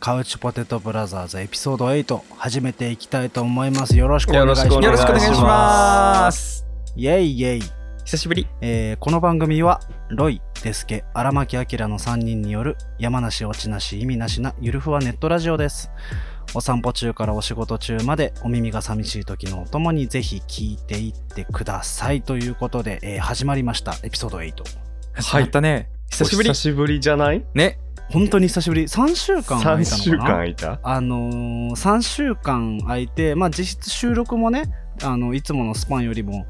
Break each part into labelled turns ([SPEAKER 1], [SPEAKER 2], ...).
[SPEAKER 1] カウチポテトブラザーズエピソード8始めていきたいと思いますよろしくお
[SPEAKER 2] よ
[SPEAKER 1] 願
[SPEAKER 2] ろ
[SPEAKER 1] いし
[SPEAKER 2] し
[SPEAKER 1] ま
[SPEAKER 2] く
[SPEAKER 1] す
[SPEAKER 2] お願いします。
[SPEAKER 1] イェイイェイ
[SPEAKER 2] 久しぶり。
[SPEAKER 1] えーこの番組はロイ、デスケ、荒牧明の3人による山梨落ちなし意味なしなゆるふわネットラジオです。お散歩中からお仕事中までお耳が寂しい時のお供にぜひ聞いていってくださいということで、えー始まりましたエピソード8。
[SPEAKER 2] 始まったね。久しぶり
[SPEAKER 3] お久。しぶりじゃない
[SPEAKER 2] ね。
[SPEAKER 1] 本当に久しぶり3週間空いたのか
[SPEAKER 3] ?3
[SPEAKER 1] な
[SPEAKER 3] 週間空いた
[SPEAKER 1] あのー、3週間空いて、まあ、実質収録もねあのいつものスパンよりも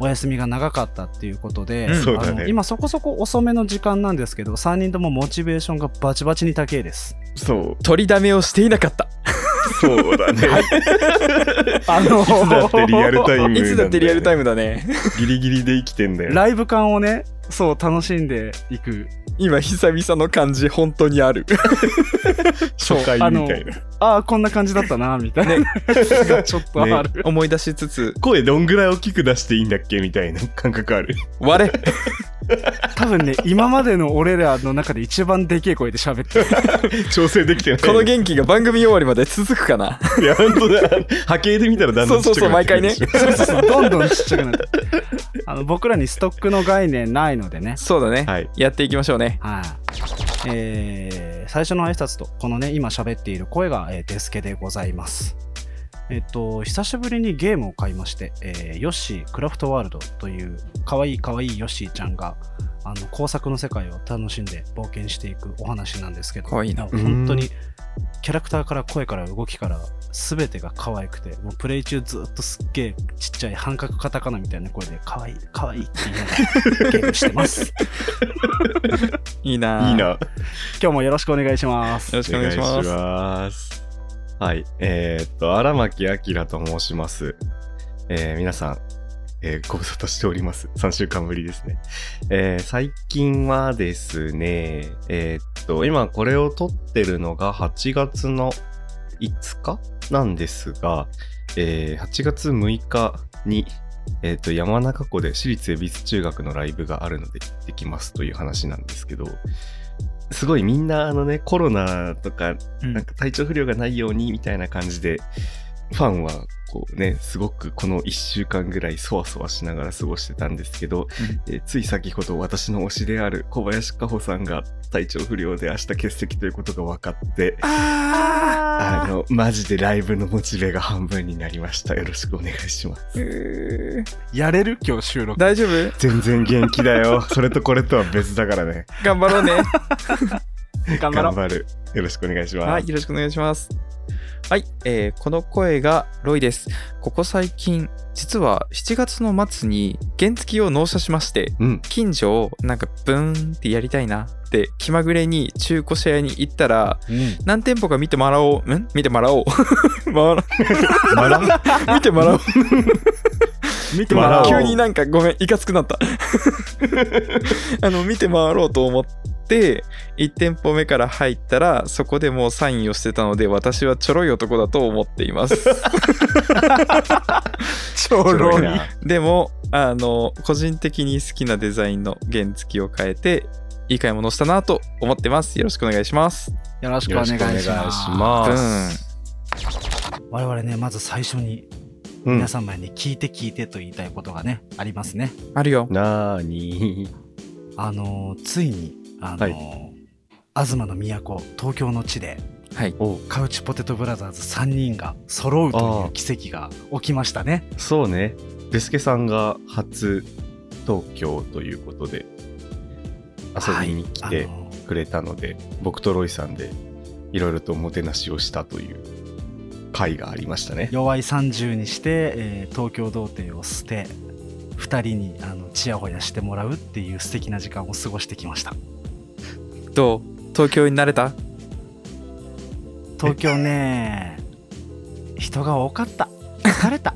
[SPEAKER 1] お休みが長かったっていうことで、
[SPEAKER 2] うん
[SPEAKER 3] そうだ
[SPEAKER 1] あ
[SPEAKER 3] ね
[SPEAKER 1] の今そこそこ遅めの時間なんですけど3人ともモチベーションがバチバチに高いです
[SPEAKER 3] そう
[SPEAKER 2] 取りだめをしていなかった。
[SPEAKER 3] そうだね
[SPEAKER 1] あの
[SPEAKER 3] いつだってリアルタイムなんだ
[SPEAKER 2] い
[SPEAKER 3] よね
[SPEAKER 2] つだってリアルタイムだね。
[SPEAKER 3] ギリギリで生きてんだよ
[SPEAKER 1] ライブ感をねそう楽しんでいく
[SPEAKER 2] 今久々の感じ本当にある。
[SPEAKER 3] 初回みたいな
[SPEAKER 1] ああこんな感じだったなみたいな、
[SPEAKER 2] ね
[SPEAKER 1] ちょっとある、
[SPEAKER 2] 思い出しつつ
[SPEAKER 3] 声どんぐらい大きく出していいんだっけみたいな感覚ある
[SPEAKER 2] 我れ
[SPEAKER 1] 多分ね今までの俺らの中で一番でけえ声で喋ってる
[SPEAKER 3] 調整できてない
[SPEAKER 2] この元気が番組終わりまで続くかな。
[SPEAKER 3] いや本当だ波形で見たらだんだんちっちゃくなってくるでしょ
[SPEAKER 1] そうそうそうどんどんちっちゃくなってあの僕らにストックの概念ないのでね
[SPEAKER 2] そうだね。
[SPEAKER 3] はい
[SPEAKER 2] やっていきましょうね。
[SPEAKER 1] はい、えー最初の挨拶とこのね今喋っている声が、えーデスケでございますえっと久しぶりにゲームを買いまして、えーヨッシークラフトワールドというかわいいかわいいヨッシーちゃんがあの工作の世界を楽しんで冒険していくお話なんですけど
[SPEAKER 2] かわいいな
[SPEAKER 1] もう本当にキャラクターから声から動きから全てが可愛くてもうプレイ中ずっとすっげえちっちゃい半角カタカナみたいな声でかわいいかわいいって言いながらゲームしてます
[SPEAKER 2] いいな。
[SPEAKER 3] いいな。
[SPEAKER 2] よ
[SPEAKER 3] よ
[SPEAKER 1] 今日もよろしくお願いします。
[SPEAKER 2] ろしくお願いします。
[SPEAKER 3] ますはいえー、っと荒牧明と申しますえー皆さん、えーご無沙汰しております。3週間ぶりですね。えー最近はですね、えーっと、今これを撮ってるのが8月の5日なんですが、えー8月6日に、えーっと、山中湖で私立恵比寿中学のライブがあるので行ってきますという話なんですけど、すごいみんなあのね、コロナとか
[SPEAKER 2] うん
[SPEAKER 3] なんか体調不良がないようにみたいな感じで、ファンはこうね、すごくこの1週間ぐらいそわそわしながら過ごしてたんですけど、えーつい先ほど私の推しである小林加穂さんが体調不良で明日欠席ということが分かって、あ
[SPEAKER 2] あ
[SPEAKER 3] の、マジでライブのモチベが半分になりました。よろしくお願い します。
[SPEAKER 2] ーうー
[SPEAKER 1] やれる今日収録。
[SPEAKER 2] 大丈夫
[SPEAKER 3] 全然元気だよ。それとこれとは別だからね。
[SPEAKER 2] 頑張ろうね。
[SPEAKER 1] 頑張ろ
[SPEAKER 3] 頑
[SPEAKER 1] う。
[SPEAKER 3] 張る。よろしくお願いします。
[SPEAKER 2] はい、よろしくお願いします。はい、えーこの声がロイです。ここ最近、実は7月の末に原付を納車しまして、
[SPEAKER 3] うん。
[SPEAKER 2] 近所をなんかブーンってやりたいなって気まぐれに中古車屋に行ったら、
[SPEAKER 1] うん
[SPEAKER 2] 何店舗か見てもらおう、ん見てもらおう。 回ら
[SPEAKER 3] マラ
[SPEAKER 2] 見てもらおう。
[SPEAKER 1] 見て
[SPEAKER 3] もらおう
[SPEAKER 2] 急になんかごめん、いかつくな った。あの、見て回ろうと思って、1店舗目から入ったら、そこでもうサインをしてたので、私はちょろい男だと思っています。
[SPEAKER 1] ちょろい。
[SPEAKER 2] でも、あの、個人的に好きなデザインの原付を変えて、いい買い物したなと思ってます。よろしくお願いします。
[SPEAKER 1] よろしくお
[SPEAKER 3] よ
[SPEAKER 1] 願
[SPEAKER 3] ろ
[SPEAKER 1] い
[SPEAKER 3] し
[SPEAKER 1] し
[SPEAKER 3] くお願いし
[SPEAKER 1] ま
[SPEAKER 3] ます。
[SPEAKER 1] す。我々ね、まず最初に
[SPEAKER 3] うん
[SPEAKER 1] 皆様に聞いて聞いてと言いたいことがね、ありますね。
[SPEAKER 2] あるよ。
[SPEAKER 3] なーに
[SPEAKER 1] あのー、ついに、あのー、
[SPEAKER 3] は
[SPEAKER 1] 東の都、東京の地で、
[SPEAKER 2] はい。
[SPEAKER 3] お
[SPEAKER 1] カウチポテトブラザーズ3人が揃うという奇跡が起きましたね。
[SPEAKER 3] そうねデスケさんが初東京ということで遊びに来て
[SPEAKER 1] あのー
[SPEAKER 3] くれたので、僕とロイさんでいろいろとおもてなしをしたという回がありましたね
[SPEAKER 1] 弱い30にして、えー東京童貞を捨て2人にあのチヤホヤしてもらうっていう素敵な時間を過ごしてきました
[SPEAKER 2] どう東京に慣れた
[SPEAKER 1] 東京 ね人が多かった疲れた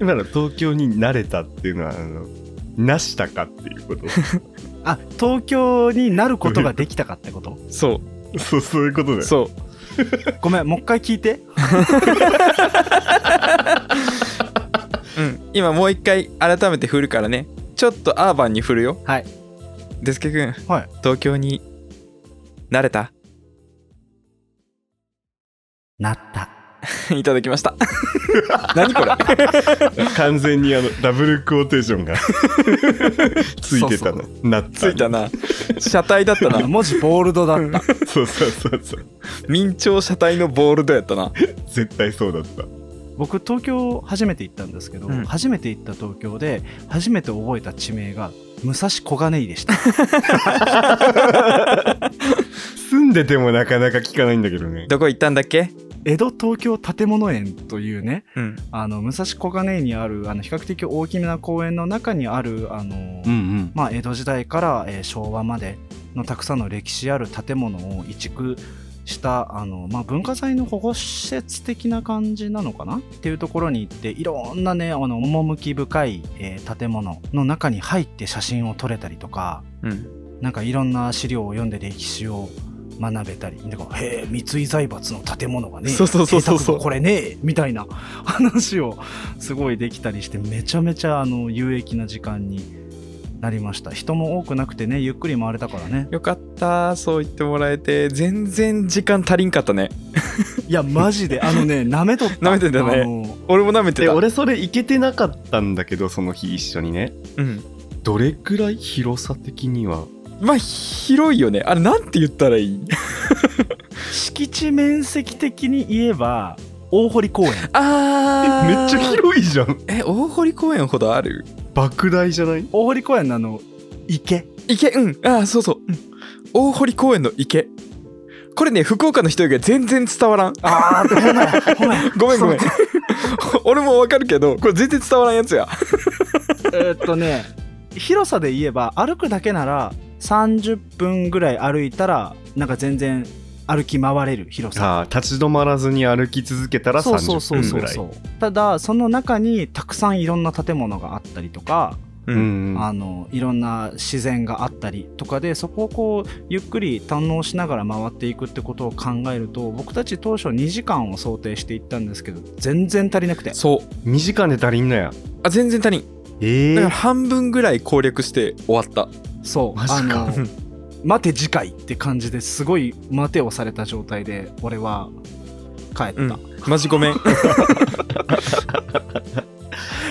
[SPEAKER 3] 今の東京に慣れたっていうのはあのなしたかっていうこと
[SPEAKER 1] あ東京になることができたかってこと
[SPEAKER 2] そ
[SPEAKER 3] そうそういうこと
[SPEAKER 2] う。
[SPEAKER 3] だよ
[SPEAKER 2] そう。
[SPEAKER 1] ごめんもう一回聞いて
[SPEAKER 2] うん。今もう一回改めて振るからね。ちょっとアーバンに振るよ。
[SPEAKER 1] はい。
[SPEAKER 2] デスケ君、
[SPEAKER 1] はい
[SPEAKER 2] 東京に慣れた
[SPEAKER 1] なった。
[SPEAKER 2] いただきました。何これ
[SPEAKER 3] 完全にあのダブルクオーテーションが ついてたの。なっ た。
[SPEAKER 2] ついたな。車体だったな。
[SPEAKER 1] 文字ボールド だった。
[SPEAKER 3] そうそうそうそう。
[SPEAKER 2] 明朝車体のボールドやったな。
[SPEAKER 3] 絶対そうだった。
[SPEAKER 1] 僕東京初めて行ったんですけど、
[SPEAKER 2] うん
[SPEAKER 1] 初めて行った東京で初めて覚えた地名が武蔵小金井でした
[SPEAKER 3] 住んでてもなかなか聞かないんだけどね。
[SPEAKER 2] どこ行ったんだっけ
[SPEAKER 1] 江戸東京建物園というね
[SPEAKER 2] うん。
[SPEAKER 1] あの武蔵小金井にあるあの比較的大きめな公園の中にあるあの、
[SPEAKER 3] ん
[SPEAKER 1] まあ、江戸時代から、えー昭和までのたくさんの歴史ある建物を移築したあの、まあ、文化財の保護施設的な感じなのかなっていうところに行っていろんなねあの趣深い、えー建物の中に入って写真を撮れたりとか
[SPEAKER 2] うん。
[SPEAKER 1] なんかいろんな資料を読んで歴史を学べたりなんかへえ三井財閥の建物がね
[SPEAKER 2] そうそうそうそ
[SPEAKER 1] 邸
[SPEAKER 2] う
[SPEAKER 1] 宅がこれねえみたいな話をすごいできたりしてめちゃめちゃあの有益な時間になりました人も多くなくてねゆっくり回れたからね
[SPEAKER 2] よかった。そう言ってもらえて。全然時間足りんかったね。
[SPEAKER 1] いやマジであの ねなめとった
[SPEAKER 2] 舐めてたね
[SPEAKER 1] あの
[SPEAKER 2] 俺も舐めて
[SPEAKER 3] で
[SPEAKER 2] た。
[SPEAKER 3] 俺それ行けてなかったんだけどその日一緒にね
[SPEAKER 2] うん。
[SPEAKER 3] どれくらい広さ的には
[SPEAKER 2] まあ、広いよね。あれ、なんて言ったらいい
[SPEAKER 1] 敷地面積的に言えば大堀公園
[SPEAKER 2] あ
[SPEAKER 3] め
[SPEAKER 2] ー。
[SPEAKER 3] っちゃ広いじゃん
[SPEAKER 2] え、大堀公園ほどある
[SPEAKER 3] 莫大じゃない
[SPEAKER 1] 大堀公園のあの池
[SPEAKER 2] 池うんああそうそう、うん、大堀公園の池これね福岡の人よりは全然伝わらん
[SPEAKER 1] ああほんま やほんまや
[SPEAKER 2] ごめんごめん 俺もわかるけどこれ全然伝わらんやつや
[SPEAKER 1] えーっとね広さで言えば歩くだけなら30分ぐらい歩いたらなんか全然歩き回れる広さ
[SPEAKER 3] さあ立ち止まらずに歩き続けたら
[SPEAKER 1] そうそうそう
[SPEAKER 3] 30分
[SPEAKER 1] そ
[SPEAKER 3] ぐ
[SPEAKER 1] う
[SPEAKER 3] らい
[SPEAKER 1] そうただその中にたくさんいろんな建物があったりとか、
[SPEAKER 2] う
[SPEAKER 3] うんうん
[SPEAKER 1] あのいろんな自然があったりとかでそこをこうゆっくり堪能しながら回っていくってことを考えると僕たち当初2時間を想定していったんですけど全然足りなくて
[SPEAKER 2] そう
[SPEAKER 3] 2時間で足りんのや
[SPEAKER 2] あ全然足りん
[SPEAKER 3] ええ
[SPEAKER 2] だから半分ぐらい攻略して終わった
[SPEAKER 1] そう
[SPEAKER 3] マジか
[SPEAKER 1] あの待て次回って感じですごい待てをされた状態で俺は帰った、
[SPEAKER 2] うんマジごめん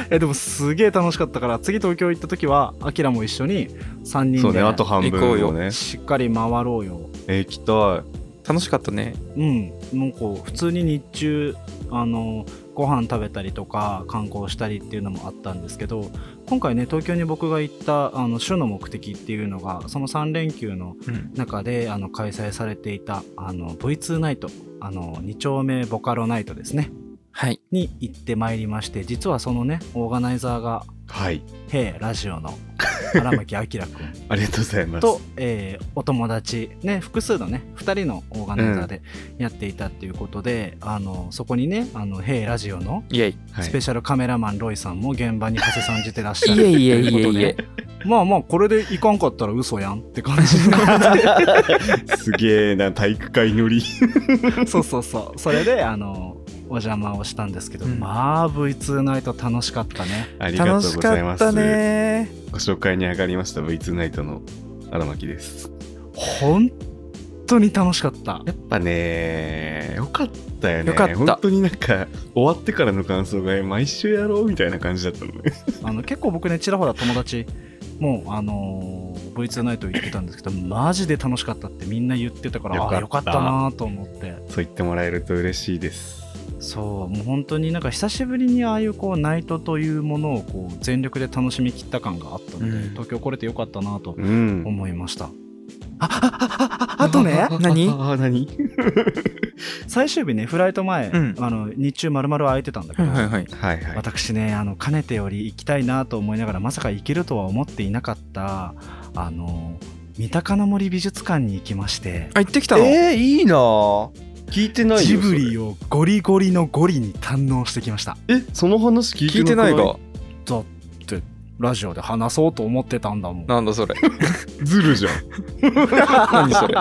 [SPEAKER 1] えでもすげえ楽しかったから次東京行った時はアキラも一緒に3
[SPEAKER 3] そ
[SPEAKER 1] 人
[SPEAKER 3] うねあと
[SPEAKER 1] で
[SPEAKER 3] 半
[SPEAKER 2] 行こう
[SPEAKER 3] 分を
[SPEAKER 2] よ
[SPEAKER 3] ね
[SPEAKER 1] しっかり回ろうよ
[SPEAKER 3] えー行きた
[SPEAKER 2] 楽しかったね
[SPEAKER 1] うんなんか普通に日中あのご飯食べたりとか観光したりっていうのもあったんですけど今回ね東京に僕が行ったあの主の目的っていうのがその3連休の
[SPEAKER 2] うん
[SPEAKER 1] 中であの開催されていたあの V2 ナイトあの2丁目ボカロナイトですね
[SPEAKER 2] はい
[SPEAKER 1] に行ってまいりまして実はそのねオーガナイザーが
[SPEAKER 3] いはい
[SPEAKER 1] 「へえラジオ」の荒牧明君
[SPEAKER 3] ありがとうございます
[SPEAKER 1] と、えーお友達、ね、複数のね2人のオーガナイザーでやっていたっていうことで、あのそこにね「あのへえラジオ」の
[SPEAKER 2] イエイ
[SPEAKER 3] はい
[SPEAKER 1] スペシャルカメラマンロイさんも現場に馳せさんじてらっしゃ
[SPEAKER 2] イ
[SPEAKER 1] る
[SPEAKER 2] エ イイエ
[SPEAKER 1] と
[SPEAKER 2] イ
[SPEAKER 1] いうこと
[SPEAKER 2] イエ
[SPEAKER 1] でまあまあこれで行かんかったら嘘やんって感じになって
[SPEAKER 3] すげえな体育会乗り
[SPEAKER 1] そうそうそうそれであのお邪魔をしたんですけど、
[SPEAKER 2] うん
[SPEAKER 1] まあ V2 ナイト楽しかったね
[SPEAKER 3] あり
[SPEAKER 2] イ
[SPEAKER 3] がとう
[SPEAKER 2] 楽
[SPEAKER 3] ご
[SPEAKER 2] し
[SPEAKER 3] ざい
[SPEAKER 2] か
[SPEAKER 3] ま
[SPEAKER 2] った
[SPEAKER 3] す、
[SPEAKER 2] ね
[SPEAKER 3] ご紹介に上がりました V2 ナイトの荒牧です
[SPEAKER 1] 本当に楽しかった
[SPEAKER 3] やっぱねよかったよね
[SPEAKER 2] よかった
[SPEAKER 3] 本当になんか終わってからの感想がえ毎週やろうみたいな感じだったのね
[SPEAKER 1] あの結構僕ねちらほら友達もうあのー V2 ナイト行ってたんですけどマジで楽しかったってみんな言ってたから
[SPEAKER 3] よかった
[SPEAKER 1] あよかったなと思って
[SPEAKER 3] そう言ってもらえると嬉しいです
[SPEAKER 1] そうもう本当になんか久しぶりにああいうこうナイトというものをこう全力で楽しみきった感があったので、
[SPEAKER 2] うん
[SPEAKER 1] 東京来れてよかったなと
[SPEAKER 3] うん
[SPEAKER 1] 思いました、ああああああと ね
[SPEAKER 2] 何
[SPEAKER 3] ああ何
[SPEAKER 1] 最終日ねフライト前、
[SPEAKER 2] うん
[SPEAKER 1] あの日中まるまる空いてたんだけ
[SPEAKER 2] はい
[SPEAKER 1] ど、
[SPEAKER 2] はいはい
[SPEAKER 3] はいはい
[SPEAKER 1] 私ねあのかねてより行きたいなと思いながらまさか行けるとは思っていなかったあの三鷹の森美術館に行きまして
[SPEAKER 2] あ行ってきたの、
[SPEAKER 3] えー、いいなぁ聞いてないよ
[SPEAKER 1] ジブ
[SPEAKER 3] そ
[SPEAKER 1] リ
[SPEAKER 3] れ
[SPEAKER 1] をゴリゴリのゴリに堪能してきました
[SPEAKER 3] えその話聞いて
[SPEAKER 2] 聞いてない
[SPEAKER 3] く
[SPEAKER 2] が
[SPEAKER 1] だってラジオで話そうと思ってたんだもん
[SPEAKER 2] なんだそれ
[SPEAKER 3] ずるじゃ ん
[SPEAKER 2] 何それ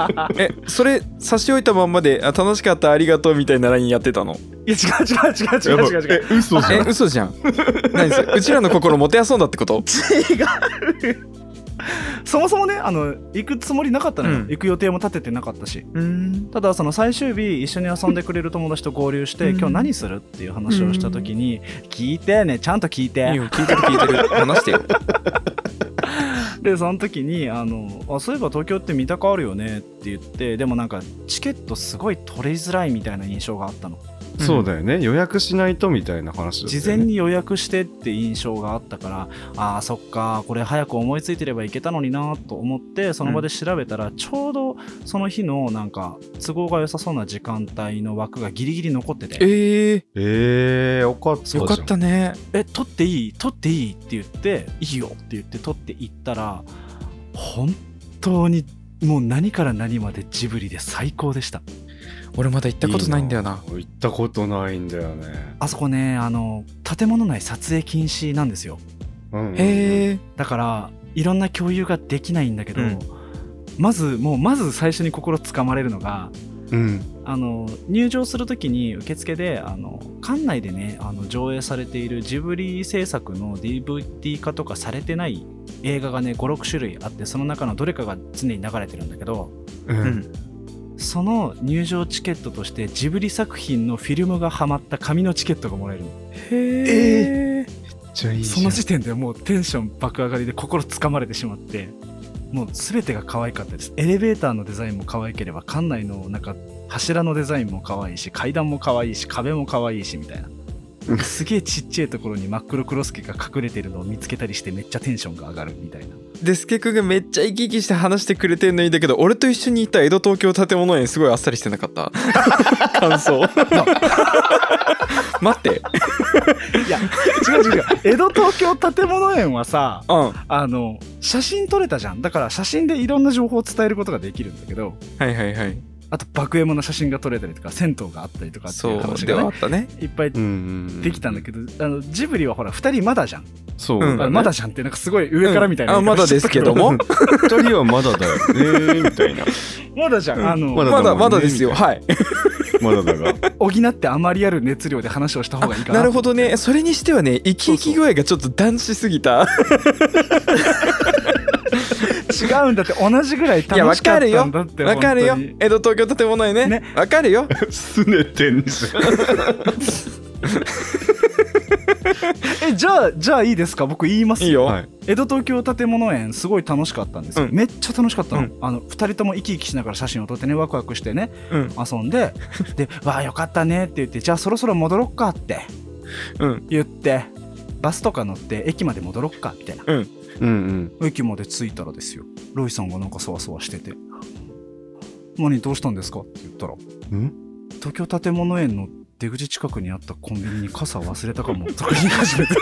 [SPEAKER 2] えそれ差し置いたまんまであ楽しかったありがとうみたいな LINE やってたの
[SPEAKER 1] いや違う違う違う違う違う違う
[SPEAKER 3] え嘘じ
[SPEAKER 2] え
[SPEAKER 3] ゃん
[SPEAKER 2] 嘘じゃん何それうちらの心もてあそんだってこと
[SPEAKER 1] そもそもねあの行くつもりなかったのよ、
[SPEAKER 2] うん
[SPEAKER 1] 行く予定も立ててなかったし
[SPEAKER 2] うん
[SPEAKER 1] ただその最終日一緒に遊んでくれる友達と合流して、
[SPEAKER 2] うん
[SPEAKER 1] 今日何するっていう話をした時に、聞いてねちゃんと聞いて、
[SPEAKER 2] いいよ聞いてる聞いてる話してよ
[SPEAKER 1] でその時にあのあ「そういえば東京って三鷹あるよね」って言ってでもなんかチケットすごい取りづらいみたいな印象があったの
[SPEAKER 3] そうだよね。予約しないとみたいな話だったよね
[SPEAKER 1] 事前に予約してって印象があったからあーそっかこれ早く思いついてればいけたのになと思ってその場で調べたら、ちょうどその日のなんか都合が良さそうな時間帯の枠がギリギリ残ってて
[SPEAKER 2] ええ
[SPEAKER 3] ええよかったじゃん
[SPEAKER 2] よかったね
[SPEAKER 1] え取っていい取っていいって言っていいよって言って取っていったら本当にもう何から何までジブリで最高でした
[SPEAKER 2] 俺まだ行ったことないんだよな
[SPEAKER 3] 行ったことないんだよね。
[SPEAKER 1] あそこねあの建物内撮影禁止なんですよ
[SPEAKER 3] うんうんうん
[SPEAKER 2] へえ
[SPEAKER 1] だからいろんな共有ができないんだけど、
[SPEAKER 2] うん
[SPEAKER 1] まずもうまず最初に心つかまれるのが
[SPEAKER 3] うん。
[SPEAKER 1] あの入場する時に受付であの館内でねあの上映されているジブリ制作の DVD 化とかされてない映画がね56種類あってその中のどれかが常に流れてるんだけど
[SPEAKER 3] う。
[SPEAKER 2] うんん
[SPEAKER 1] その入場チケットとしてジブリ作品のフィルムがはまった紙のチケットがもらえるの
[SPEAKER 2] へえ
[SPEAKER 3] めっちゃいい
[SPEAKER 1] そ
[SPEAKER 3] じゃ
[SPEAKER 1] の
[SPEAKER 3] ん。
[SPEAKER 1] 時点でもうテンション爆上がりで心つかまれてしまってもう全てが可愛かったですエレベーターのデザインも可愛ければ館内のなんか柱のデザインも可愛いし階段も可愛いし壁も可愛いしみたいなすげえちっちゃいところに真っ黒クロスケが隠れてるのを見つけたりしてめっちゃテンションが上がるみたいな
[SPEAKER 2] でスケ君がめっちゃ生き生きして話してくれてんのいいんだけど俺と一緒にいた江戸東京建物園すごいあっさりしてなかった 感想 待って
[SPEAKER 1] いや違う違う違う江戸東京建物園はさ
[SPEAKER 2] うんは
[SPEAKER 1] あの写真撮れたじゃんだから写真でいろんな情報を伝えることができるんだけど
[SPEAKER 2] いはいはい
[SPEAKER 1] あと爆笑の写真が撮れたりとか銭湯があったりとかってい
[SPEAKER 2] そうう
[SPEAKER 1] 話
[SPEAKER 2] で
[SPEAKER 1] が
[SPEAKER 2] はあ
[SPEAKER 1] ね
[SPEAKER 2] ったね
[SPEAKER 1] いっぱい
[SPEAKER 3] うんうんうん
[SPEAKER 1] できたんだけど、あのジブリはほら2人まだじゃん、
[SPEAKER 3] そう
[SPEAKER 2] うん
[SPEAKER 1] あ
[SPEAKER 3] だね。
[SPEAKER 1] まだじゃんってなんかすごい上からみたいな、
[SPEAKER 2] うんあまだですけども
[SPEAKER 3] 二人はまだだよねみたいな。
[SPEAKER 1] まだじゃん、
[SPEAKER 2] うん
[SPEAKER 1] あの
[SPEAKER 3] まだ
[SPEAKER 2] まだまだですよ
[SPEAKER 3] み
[SPEAKER 2] はい
[SPEAKER 3] まだだが。
[SPEAKER 1] 補ってあまりある熱量で話をした方がいいかな
[SPEAKER 2] なるほどねそれにしてはね生き生き具合がちょっと男子すぎた
[SPEAKER 1] 違うんだって同じぐらい楽しかったんだって
[SPEAKER 2] わかるよ
[SPEAKER 1] 本当に
[SPEAKER 2] 江戸東京建物園ね
[SPEAKER 1] ね
[SPEAKER 2] わ、かる よ
[SPEAKER 3] すねてんじゃん。
[SPEAKER 1] えじゃあじゃあいいですか僕言います
[SPEAKER 2] いいよ、
[SPEAKER 3] はい
[SPEAKER 1] 江戸東京建物園すごい楽しかったんですよ、
[SPEAKER 2] うん
[SPEAKER 1] めっちゃ楽しかったの,、
[SPEAKER 2] うん
[SPEAKER 1] あの2人とも生き生きしながら写真を撮ってねワクワクしてね
[SPEAKER 2] うん
[SPEAKER 1] 遊んでで「わあよかったね」って言って「じゃあそろそろ戻ろっか」って
[SPEAKER 2] うん
[SPEAKER 1] 言ってバスとか乗って駅まで戻ろっかみたいな
[SPEAKER 3] うん
[SPEAKER 1] 駅まで着いたらですよロイさんがなんかそわそわしてて「何どうしたんですか?」って言ったら
[SPEAKER 3] うん。ん
[SPEAKER 1] 「東京建物園の出口近くにあったコンビニに傘忘れたかも」とか言い始めて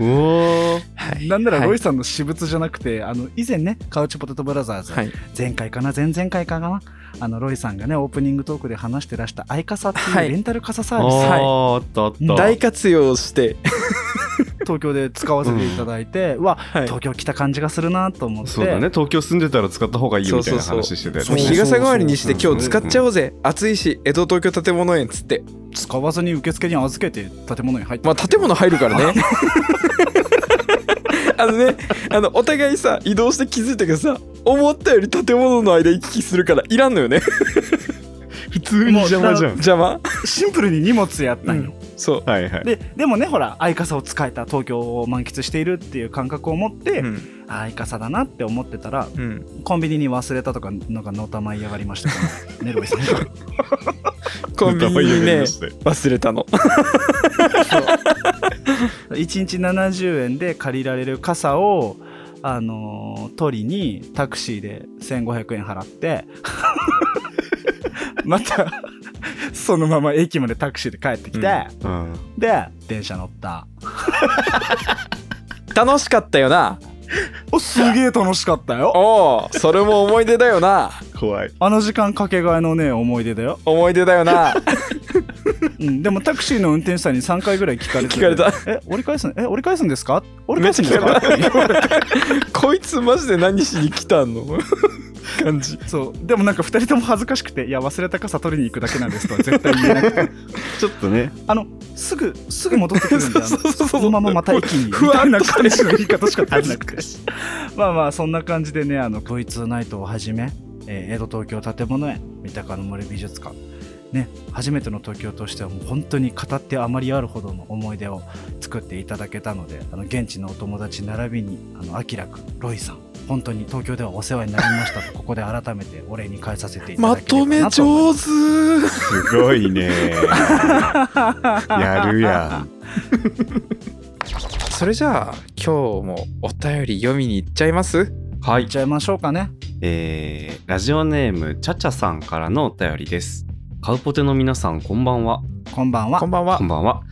[SPEAKER 3] うおー
[SPEAKER 2] はい
[SPEAKER 1] なんならロイ
[SPEAKER 2] ス
[SPEAKER 1] さんの私物じゃなくてあの以前ねカウチポテトブラザーズ
[SPEAKER 2] はい、
[SPEAKER 1] 前回かな前々回かなあのロイさんがねオープニングトークで話してらした「アイカサ」って
[SPEAKER 2] はいいう
[SPEAKER 1] レンタル傘サービス、
[SPEAKER 2] はい
[SPEAKER 3] あーあったあった。
[SPEAKER 2] 大活用して、
[SPEAKER 1] 東京で使わせていただいて、うわ
[SPEAKER 2] はい、
[SPEAKER 1] 東京来た感じがするなと思って
[SPEAKER 3] そうだね。東京住んでたら使った方がいいよみたいな
[SPEAKER 2] そうそうそう
[SPEAKER 3] 話してたよ
[SPEAKER 1] そ
[SPEAKER 2] もう
[SPEAKER 1] う
[SPEAKER 2] 日傘代わりにして
[SPEAKER 3] そうそう
[SPEAKER 2] 今
[SPEAKER 3] そう
[SPEAKER 2] 日使っちゃおうぜ暑いし江戸東京建物園っつって
[SPEAKER 1] 使わずに受付に預けて建物に入った
[SPEAKER 2] まあ
[SPEAKER 1] んだけ
[SPEAKER 2] 建
[SPEAKER 1] ど
[SPEAKER 2] 物入るか らねあのねあのお互いさ移動して気づいたけどさ思ったより建物の間行き来するからいらんのよね
[SPEAKER 3] 普通に邪魔じゃん。
[SPEAKER 2] 邪魔
[SPEAKER 1] シンプルに荷物やったんよ、
[SPEAKER 2] そう、
[SPEAKER 3] はいはい。
[SPEAKER 1] ででもねほら相傘を使えた東京を満喫しているっていう感覚を持って、
[SPEAKER 2] うん
[SPEAKER 1] あ相傘だなって思ってたら
[SPEAKER 2] うん、
[SPEAKER 1] コンビニに忘れたとかなんかのたまいやがりましたからねロイさんが
[SPEAKER 2] コンビニにね
[SPEAKER 3] そう
[SPEAKER 2] 忘れたの
[SPEAKER 1] 1日70円で借りられる傘を、あのー取りにタクシーで1500円払って またそのまま駅までタクシーで帰ってきて、
[SPEAKER 3] うん。
[SPEAKER 1] で電車乗った
[SPEAKER 2] 楽しかったよな
[SPEAKER 1] おすげえ楽しかったよ
[SPEAKER 2] おおそれも思い出だよな
[SPEAKER 3] 怖い。
[SPEAKER 1] あの時間かけがえのね思い出だよ、
[SPEAKER 2] 思い出だよな
[SPEAKER 1] うん、でもタクシーの運転手さんに3回ぐらい聞かれて
[SPEAKER 2] 聞かれた
[SPEAKER 1] え折り返すんえ折り返すんですか折り返すんです
[SPEAKER 2] めっ
[SPEAKER 1] か
[SPEAKER 2] ちゃ こいつマジで何しに来たんの感じ
[SPEAKER 1] そうでもなんか2人とも恥ずかしくていや忘れた傘取りに行くだけなんですとは絶対言えなくて
[SPEAKER 3] ちょっとね。
[SPEAKER 1] あのすぐすぐ戻ってくるんであの
[SPEAKER 2] そうそうそうそう
[SPEAKER 1] そのまままた駅にみ
[SPEAKER 2] ふわ
[SPEAKER 1] た
[SPEAKER 2] っ
[SPEAKER 1] いな
[SPEAKER 2] とした
[SPEAKER 1] 感じの言い方しか足りなくて
[SPEAKER 3] 恥ずかし い
[SPEAKER 1] まあまあそんな感じでねあの V2 ナイトをはじめ、えー江戸東京建物園三鷹の森美術館ね、初めての東京としてはもう本当に語って余りあるほどの思い出を作っていただけたのであの現地のお友達並びにあのアキラくんロイさん本当に東京ではお世話になりましたとここで改めてお礼に返させていた
[SPEAKER 2] ま
[SPEAKER 1] だけれ
[SPEAKER 2] と
[SPEAKER 1] ば
[SPEAKER 2] め
[SPEAKER 1] なと思い
[SPEAKER 2] 上
[SPEAKER 1] ま
[SPEAKER 2] 手
[SPEAKER 1] す
[SPEAKER 3] すごいね。 やるやん。
[SPEAKER 2] それじゃあ今日もお便り読みに行っちゃいます
[SPEAKER 3] はい
[SPEAKER 1] いっ。ちゃいましょうかね
[SPEAKER 3] えーラジオネームちゃちゃさんからのお便りです。カウポテの皆さんこんばんは。
[SPEAKER 1] こんばんは
[SPEAKER 2] こんばんは
[SPEAKER 3] こんばんは。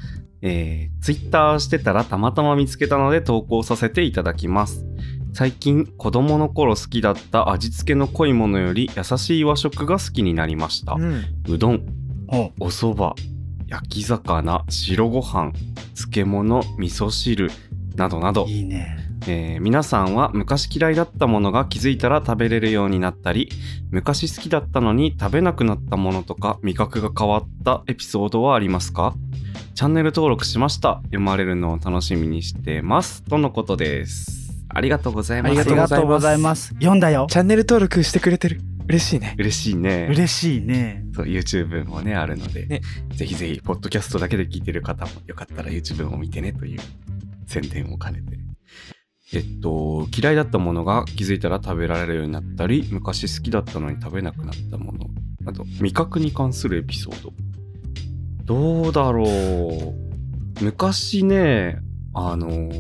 [SPEAKER 3] えー、ツイッターしてたらたまたま見つけたので投稿させていただきます。最近子供の頃好きだった味付けの濃いものより優しい和食が好きになりました。
[SPEAKER 2] うん
[SPEAKER 3] うどん、
[SPEAKER 1] ほ
[SPEAKER 3] お蕎麦、焼き魚、白ご飯、漬物、味噌汁などなど
[SPEAKER 1] う。いいね
[SPEAKER 3] えー皆さんは昔嫌いだったものが気づいたら食べれるようになったり昔好きだったのに食べなくなったものとか味覚が変わったエピソードはありますかチャンネル登録しました読まれるのを楽しみにしてますとのことですありがとうございます
[SPEAKER 1] ありがとうございます読んだよ
[SPEAKER 2] チャンネル登録してくれてる嬉しいね
[SPEAKER 3] 嬉しいね
[SPEAKER 1] 嬉しいね
[SPEAKER 3] そう YouTube もねあるので、
[SPEAKER 2] ね
[SPEAKER 3] ぜひぜひポッドキャストだけで聞いてる方もよかったら YouTube も見てねという宣伝を兼ねてえっと嫌いだったものが気づいたら食べられるようになったり昔好きだったのに食べなくなったものあと味覚に関するエピソードどうだろう昔ねあの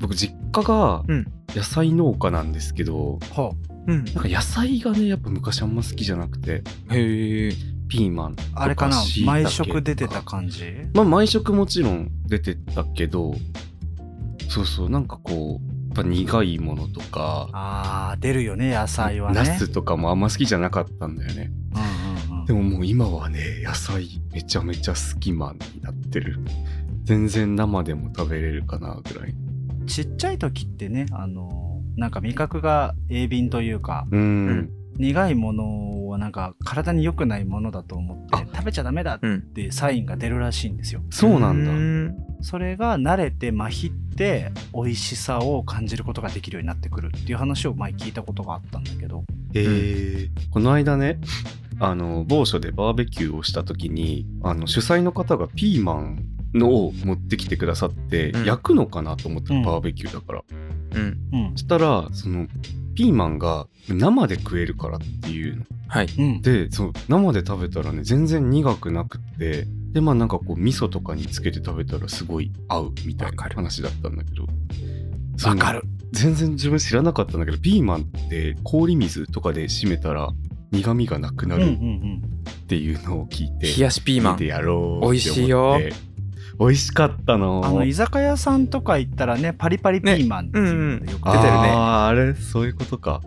[SPEAKER 3] 僕実家が
[SPEAKER 2] うん
[SPEAKER 3] 野菜農家なんですけど、
[SPEAKER 1] ほう
[SPEAKER 2] うん
[SPEAKER 3] なんか野菜がねやっぱ昔あんま好きじゃなくて
[SPEAKER 2] へえ
[SPEAKER 3] ピーマンと
[SPEAKER 1] あれかな
[SPEAKER 3] 椎茸
[SPEAKER 1] 毎食出てた感じ
[SPEAKER 3] まあ毎食もちろん出てたけどそうそうなんかこうやっぱ苦いものとか
[SPEAKER 1] あー出るよね野菜はね
[SPEAKER 3] ナスとかもあんま好きじゃなかったんだよね
[SPEAKER 1] うんうんうん
[SPEAKER 3] でももう今はね野菜めちゃめちゃ好きマンになってる全然生でも食べれるかなぐらい
[SPEAKER 1] ちっちゃい時ってねあのなんか味覚が鋭敏というか
[SPEAKER 3] うん
[SPEAKER 2] うん
[SPEAKER 1] 苦いものはなんか体に良くないものだと思って食べちゃダメだ
[SPEAKER 2] うん
[SPEAKER 1] ってサインが出るらしいんですよ
[SPEAKER 3] そうなんだ
[SPEAKER 2] だ
[SPEAKER 1] それが慣れて麻痺って美味しさを感じることができるようになってくるっていう話を前聞いたことがあったんだけど
[SPEAKER 3] えーこの間ねあの某所でバーベキューをした時にあの主催の方がピーマンのを持ってきてくださって、
[SPEAKER 2] うん
[SPEAKER 3] 焼くのかなと思って
[SPEAKER 1] うん
[SPEAKER 3] バーベキューだから、
[SPEAKER 2] うん
[SPEAKER 1] うん
[SPEAKER 3] そしたらそのピーマンが生で食えるからっていうの
[SPEAKER 2] はい
[SPEAKER 1] うん
[SPEAKER 3] でその生で食べたらね全然苦くなくってでまあなんかこう味噌とかにつけて食べたらすごい合うみたい
[SPEAKER 2] わ
[SPEAKER 3] な
[SPEAKER 2] かる
[SPEAKER 3] 話だったんだけど
[SPEAKER 1] わかる
[SPEAKER 3] 全然自分知らなかったんだけどピーマンって氷水とかで締めたら苦味がなくな
[SPEAKER 1] うんうん
[SPEAKER 3] るっていうのを聞いて、
[SPEAKER 2] 冷やしピーマ
[SPEAKER 3] 見て
[SPEAKER 2] ン
[SPEAKER 3] やろう
[SPEAKER 2] 美味しいよ
[SPEAKER 3] って思って美味しかったの
[SPEAKER 1] うんあの居酒屋さんとか行ったらねパリパリピーマンっていうのがよく
[SPEAKER 3] あ
[SPEAKER 1] 出てる
[SPEAKER 2] ね
[SPEAKER 3] ーあれそういうことか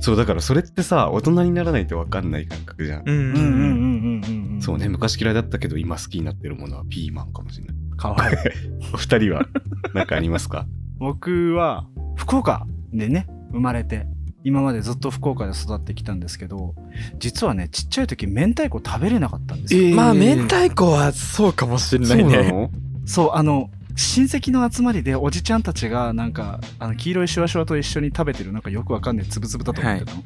[SPEAKER 3] そうだからそれってさ大人にならないと分かんない感覚じゃん、
[SPEAKER 2] うん
[SPEAKER 1] うんうん
[SPEAKER 2] ん
[SPEAKER 1] うんうんうん
[SPEAKER 3] そうね昔嫌いだったけど今好きになってるものはピーマンかも しれない
[SPEAKER 1] かわいい
[SPEAKER 3] お二人は何かありますか
[SPEAKER 1] 僕は福岡でね生まれて今までずっと福岡で育ってきたんですけど実はねちっちゃい時明太子食べれなかったんですよ、
[SPEAKER 3] えー
[SPEAKER 2] まあ明太子はそうかもしれ ないね
[SPEAKER 3] の
[SPEAKER 1] そうあの親戚の集まりでおじちゃんたちがなんかあの黄色いシュワシュワと一緒に食べてるなんかよくわかんないつぶつぶだと思ってたの、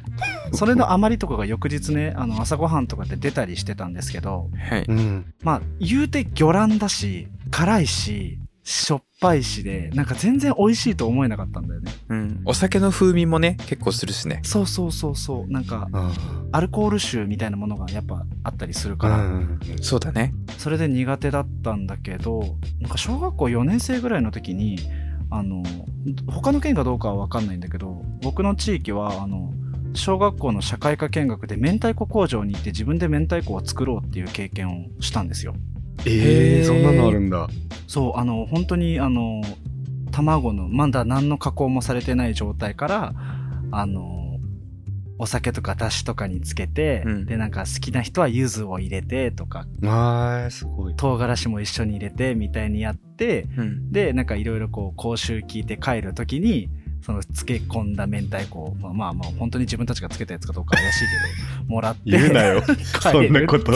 [SPEAKER 1] それの余りとかが翌日ねあの朝ごはんとかで出たりしてたんですけど
[SPEAKER 2] はい
[SPEAKER 3] うん
[SPEAKER 1] まあ言うて魚卵だし辛いししょっぱいしでなんか全然美味しいと思えなかったんだよね
[SPEAKER 2] うんお酒の風味もね結構するしね
[SPEAKER 1] そうそうそうそうなんか
[SPEAKER 3] あ
[SPEAKER 1] アルコール臭みたいなものがやっぱあったりする
[SPEAKER 3] ーう
[SPEAKER 1] から、
[SPEAKER 3] ん
[SPEAKER 2] そうだね
[SPEAKER 1] それで苦手だったんだけどなんか小学校4年生ぐらいの時にあの他の県かどうかは分かんないんだけど僕の地域はあの小学校の社会科見学で明太子工場に行って自分で明太子を作ろうっていう経験をしたんですよ。
[SPEAKER 2] へー
[SPEAKER 3] えー、そんなのあるんだ
[SPEAKER 1] そうあの本当にあの卵のまだ何の加工もされてない状態からあのお酒とかだしとかにつけて、
[SPEAKER 2] うん
[SPEAKER 1] でなんか好きな人は柚子を入れてとか
[SPEAKER 3] あーすごい
[SPEAKER 1] 唐辛子も一緒に入れてみたいにやって
[SPEAKER 2] うん
[SPEAKER 1] でなんかいろいろこう講習聞いて帰る時にその漬け込んだ明太子をまあまあまあ本当に自分たちが漬けたやつかどうか怪しい けどもらって
[SPEAKER 3] 言うなよ
[SPEAKER 1] 帰るって
[SPEAKER 3] そんなこと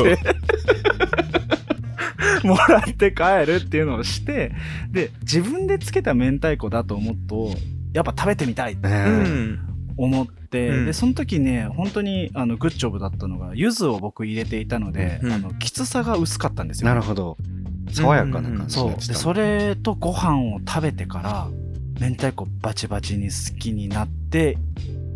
[SPEAKER 1] も もらって帰るっていうのをしてで自分でつけた明太子だと思うとやっぱ食べてみたいと
[SPEAKER 2] うん。
[SPEAKER 1] 思って、
[SPEAKER 2] うん
[SPEAKER 1] でその時ね本当にあのグッジョブだったのが柚子を僕入れていたので、
[SPEAKER 2] うん
[SPEAKER 1] あのきつさが薄かったんですよ
[SPEAKER 3] なるほど。爽やかな感じ
[SPEAKER 1] そ
[SPEAKER 3] に
[SPEAKER 1] う
[SPEAKER 3] なっ
[SPEAKER 1] で
[SPEAKER 3] てた
[SPEAKER 1] それとご飯を食べてから明太子バチバチに好きになって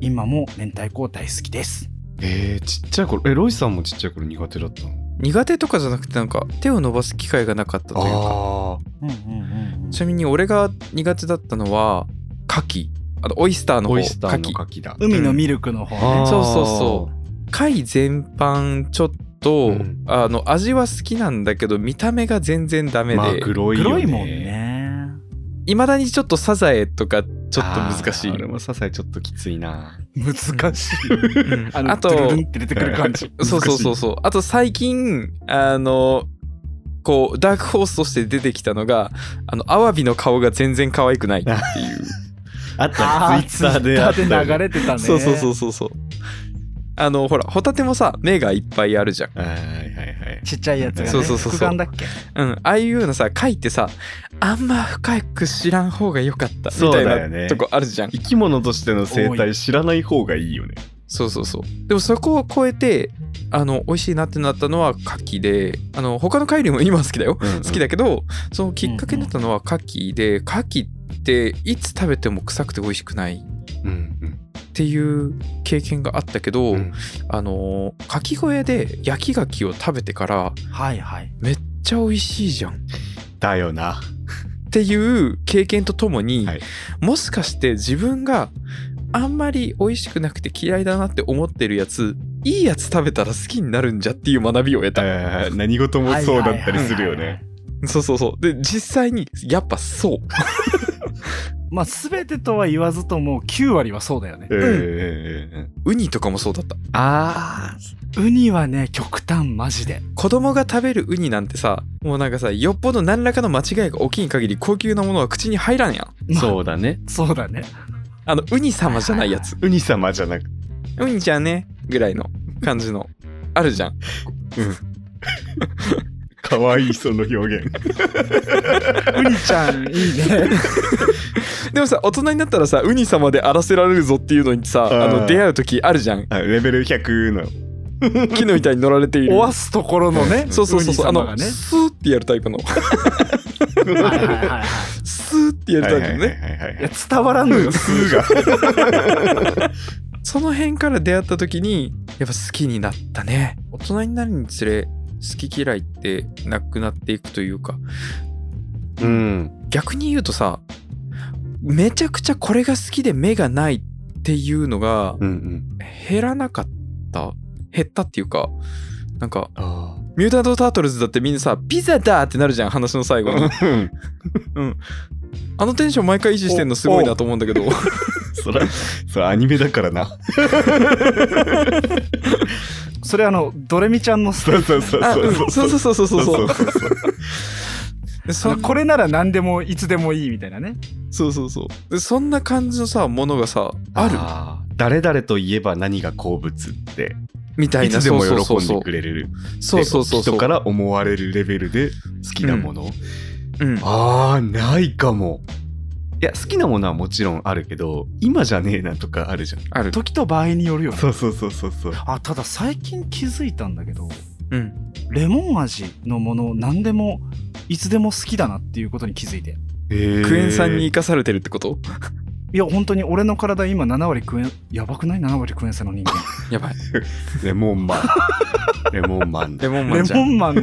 [SPEAKER 1] 今も明太子大好きです
[SPEAKER 3] えー、ちっちゃい頃、え、ロイさんもちっちゃい頃苦手だったの
[SPEAKER 2] 苦手とかじゃなくてなんか手を伸ばす機会がなかったというか
[SPEAKER 3] あ
[SPEAKER 1] うんうんうん
[SPEAKER 2] ちなみに俺が苦手だったのは牡蠣あとオイスター
[SPEAKER 3] あ、
[SPEAKER 2] の方
[SPEAKER 3] オイスター
[SPEAKER 2] 牡
[SPEAKER 3] の
[SPEAKER 2] 蠣
[SPEAKER 3] カキだ。
[SPEAKER 1] 海のミルクの方ね、
[SPEAKER 2] そうそうそ貝全般ちょっと、
[SPEAKER 3] うん
[SPEAKER 2] あの味は好きなんだけど見た目が全然ダメ
[SPEAKER 3] まあ、
[SPEAKER 2] で
[SPEAKER 3] 黒いよね。
[SPEAKER 1] 黒いもん。ね
[SPEAKER 2] いまだにちょっとサザエとかちょっと難しい
[SPEAKER 3] あー俺もささえちょっときついな。
[SPEAKER 1] 難しい
[SPEAKER 2] うん
[SPEAKER 1] あの
[SPEAKER 2] あ
[SPEAKER 1] ドゥルル
[SPEAKER 2] と
[SPEAKER 1] ンって出てくる感じ
[SPEAKER 2] そうそうそうそうあと最近あのこうダークホースとして出てきたのがあのアワビの顔が全然可愛くないっていう
[SPEAKER 3] あったね、ツイッターであった
[SPEAKER 1] ツイ
[SPEAKER 3] よ
[SPEAKER 1] ッター
[SPEAKER 3] ね
[SPEAKER 1] で流れてたね
[SPEAKER 2] そうそうそうそうそうあのほらホタテもさ目がいっぱいあるじゃん
[SPEAKER 3] はいはいはい。
[SPEAKER 1] ちっちゃいやつがね
[SPEAKER 2] そうそうそうそう
[SPEAKER 1] 複眼だっけ
[SPEAKER 2] うん、ああいうようなさ書いてさあんま深く知らん方が良かった
[SPEAKER 3] そ
[SPEAKER 2] みた
[SPEAKER 3] うだ
[SPEAKER 2] い
[SPEAKER 3] よね
[SPEAKER 2] な、とこあるじゃん
[SPEAKER 3] 生き物としての生態知らない方がいいよね。
[SPEAKER 2] そうそうそうでもそこを超えてあの美味しいなってなったのは牡蠣であの他の貝類も今は好きだよ
[SPEAKER 3] 好
[SPEAKER 2] 好きだけどそのきっかけになったのは牡蠣で牡蠣っていつ食べても臭くて美味しくないっ
[SPEAKER 3] うん
[SPEAKER 2] ていう経験があったけど、
[SPEAKER 3] うんうん
[SPEAKER 2] あの牡蠣小屋で焼き牡蠣を食べてから
[SPEAKER 1] はいはい
[SPEAKER 2] めっちゃ美味しいじゃん
[SPEAKER 3] だよな。
[SPEAKER 2] っていう経験とともに、
[SPEAKER 3] はい
[SPEAKER 2] もしかして自分があんまり美味しくなくて嫌いだなって思ってるやついいやつ食べたら好きになるんじゃっていう学びを得た、
[SPEAKER 3] あー何事もそうだったりするよ
[SPEAKER 1] はいはいはい
[SPEAKER 3] ね。
[SPEAKER 2] そうそうそうで実際にやっぱそう
[SPEAKER 1] まあ全てとは言わずとも9割はそうだよね
[SPEAKER 3] うんうんうんうん
[SPEAKER 2] ウニとかもそうだった
[SPEAKER 3] あ
[SPEAKER 1] ウニはね極端マジで
[SPEAKER 2] 子供が食べるウニなんてさもうなんかさよっぽど何らかの間違いが起きん限り高級なものは口に入らんやん
[SPEAKER 3] あ、そうだね。
[SPEAKER 1] そうだね
[SPEAKER 2] あのウニ様じゃないやつ
[SPEAKER 3] ウニ様じゃなく
[SPEAKER 2] ウニちゃんねぐらいの感じのあるじゃん
[SPEAKER 3] かわいいその表現。
[SPEAKER 1] ウニちゃんいいね
[SPEAKER 2] でもさ大人になったらさウニ様で荒らせられるぞっていうのにさあ
[SPEAKER 3] あー
[SPEAKER 2] の出会う時ある じゃん
[SPEAKER 3] あレベル100の。
[SPEAKER 2] 木の板に乗られている
[SPEAKER 1] おわすところのね
[SPEAKER 2] そうそうそうそう
[SPEAKER 1] ウ
[SPEAKER 2] あ
[SPEAKER 1] ニ様が
[SPEAKER 2] の
[SPEAKER 1] ね
[SPEAKER 2] スーってやるタイプの
[SPEAKER 1] はいはいはいはい
[SPEAKER 2] スーってやるタイプのね、
[SPEAKER 3] はいはいはい
[SPEAKER 1] い
[SPEAKER 3] は
[SPEAKER 1] や
[SPEAKER 3] い
[SPEAKER 1] 伝わらんのよ
[SPEAKER 3] スーが。
[SPEAKER 2] その辺から出会った時にやっぱ好きになったね大人になるにつれ好き嫌いってなくなっていくというか
[SPEAKER 3] うん。
[SPEAKER 2] 逆に言うとさめちゃくちゃこれが好きで目がないっていうのが
[SPEAKER 3] うんうん。
[SPEAKER 2] 減らなかった減ったっていうかなんか
[SPEAKER 3] あ
[SPEAKER 2] ミュータント・タートルズだってみんなさピザだってなるじゃん話の最後に
[SPEAKER 3] あ。
[SPEAKER 2] あのテンション毎回維持してんのすごいなと思うんだけど
[SPEAKER 3] そら、そらアニメだからな。
[SPEAKER 1] それあのドレミちゃんのス
[SPEAKER 3] そうそう そう
[SPEAKER 2] あうん
[SPEAKER 3] そう。
[SPEAKER 2] そうそうそうそうそうそう
[SPEAKER 3] そうそう。
[SPEAKER 2] でそん
[SPEAKER 1] これなら何でもいつでもいいみたいなね
[SPEAKER 2] そうそうそうでそんな感じのさものがさある
[SPEAKER 3] ある誰々といえば何が好物って
[SPEAKER 2] みたい
[SPEAKER 3] い
[SPEAKER 2] な
[SPEAKER 3] つでも
[SPEAKER 2] そう
[SPEAKER 3] 喜
[SPEAKER 2] そうんそ
[SPEAKER 3] で
[SPEAKER 2] う
[SPEAKER 3] くれる
[SPEAKER 2] そうそうそうそう
[SPEAKER 3] 人から思われるレベルで好きなもの、
[SPEAKER 2] うん
[SPEAKER 3] あーないかもいや好きなものはもちろんあるけど今じゃねえなとかあるじゃん
[SPEAKER 2] ある
[SPEAKER 1] 時と場合によるよね
[SPEAKER 3] そうそうそうそうそう
[SPEAKER 1] あただ最近気づいたんだけど
[SPEAKER 2] うん
[SPEAKER 1] レモン味のもの何でもいつでも好きだなっていうことに気づいて
[SPEAKER 2] ク
[SPEAKER 3] ク
[SPEAKER 2] エン酸に生かされてるってこと
[SPEAKER 1] いや本当に俺の体今7割クエンやばくない7割クエン酸の人間
[SPEAKER 2] やばい
[SPEAKER 3] レモンマン レモンマンだ
[SPEAKER 2] レモンマ
[SPEAKER 1] レ
[SPEAKER 2] ンじゃん
[SPEAKER 1] モンマン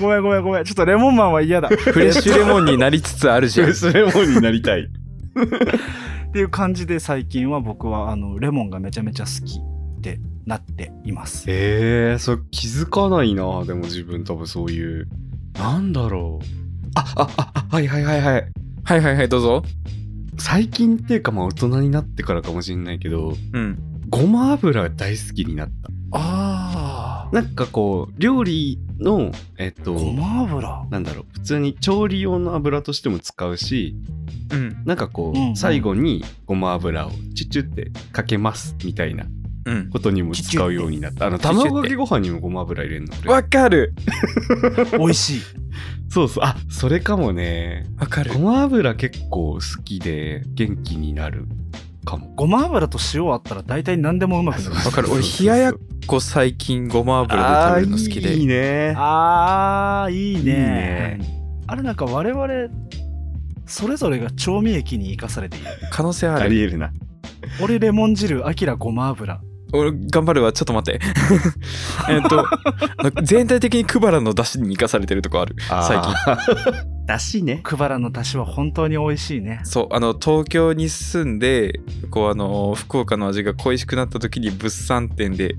[SPEAKER 1] ごめんごめんごめんちょっとレモンマンは嫌だ
[SPEAKER 2] フレッシュレモンになりつつあるじゃん
[SPEAKER 3] レモンになりたい
[SPEAKER 1] っていう感じで最近は僕はあのレモンがめちゃめちゃ好きってなっています
[SPEAKER 3] えー、それ気づかないなでも自分多分そういうなんだろうああああはいはいはいはい
[SPEAKER 2] はいはいはいどうぞ
[SPEAKER 3] 最近っていうかまあ大人になってからかもしれないけど
[SPEAKER 2] うん
[SPEAKER 3] ごま油大好きになった
[SPEAKER 2] ああ
[SPEAKER 3] なんかこう料理のえっと
[SPEAKER 1] ごま油
[SPEAKER 3] なんだろう普通に調理用の油としても使うし
[SPEAKER 2] うん
[SPEAKER 3] なんかこう、
[SPEAKER 1] うんうん
[SPEAKER 3] 最後にごま油をチュチュってかけますみたいな
[SPEAKER 2] うん
[SPEAKER 3] ことにも使うようになったあの
[SPEAKER 2] チュチュって
[SPEAKER 3] 卵かけご飯にもごま油入れるの俺
[SPEAKER 2] わかる
[SPEAKER 1] 美味しい
[SPEAKER 3] そうそう。あ、それかもね。
[SPEAKER 2] わかる
[SPEAKER 3] ごま油結構好きで元気になるかも。
[SPEAKER 1] ごま油と塩あったら大体何でもうまくなる
[SPEAKER 2] わかる俺冷ややっこ最近ごま油で食べるの好きで
[SPEAKER 3] あーいいね。
[SPEAKER 1] あーいいね
[SPEAKER 3] いいね
[SPEAKER 1] あれなんか我々それぞれが調味液に生かされている
[SPEAKER 2] 可能性あ
[SPEAKER 3] あ
[SPEAKER 2] る
[SPEAKER 3] りえるな。
[SPEAKER 1] 俺レモン汁アキラごま油
[SPEAKER 2] 俺頑張るわちょっと待って えっと全体的にクバラの出汁に生かされてるとこある最近
[SPEAKER 3] 近。だしね。
[SPEAKER 1] クバラの出汁は本当に美味しいね
[SPEAKER 2] そうあの東京に住んでこうあの福岡の味が恋しくなった時に物産展で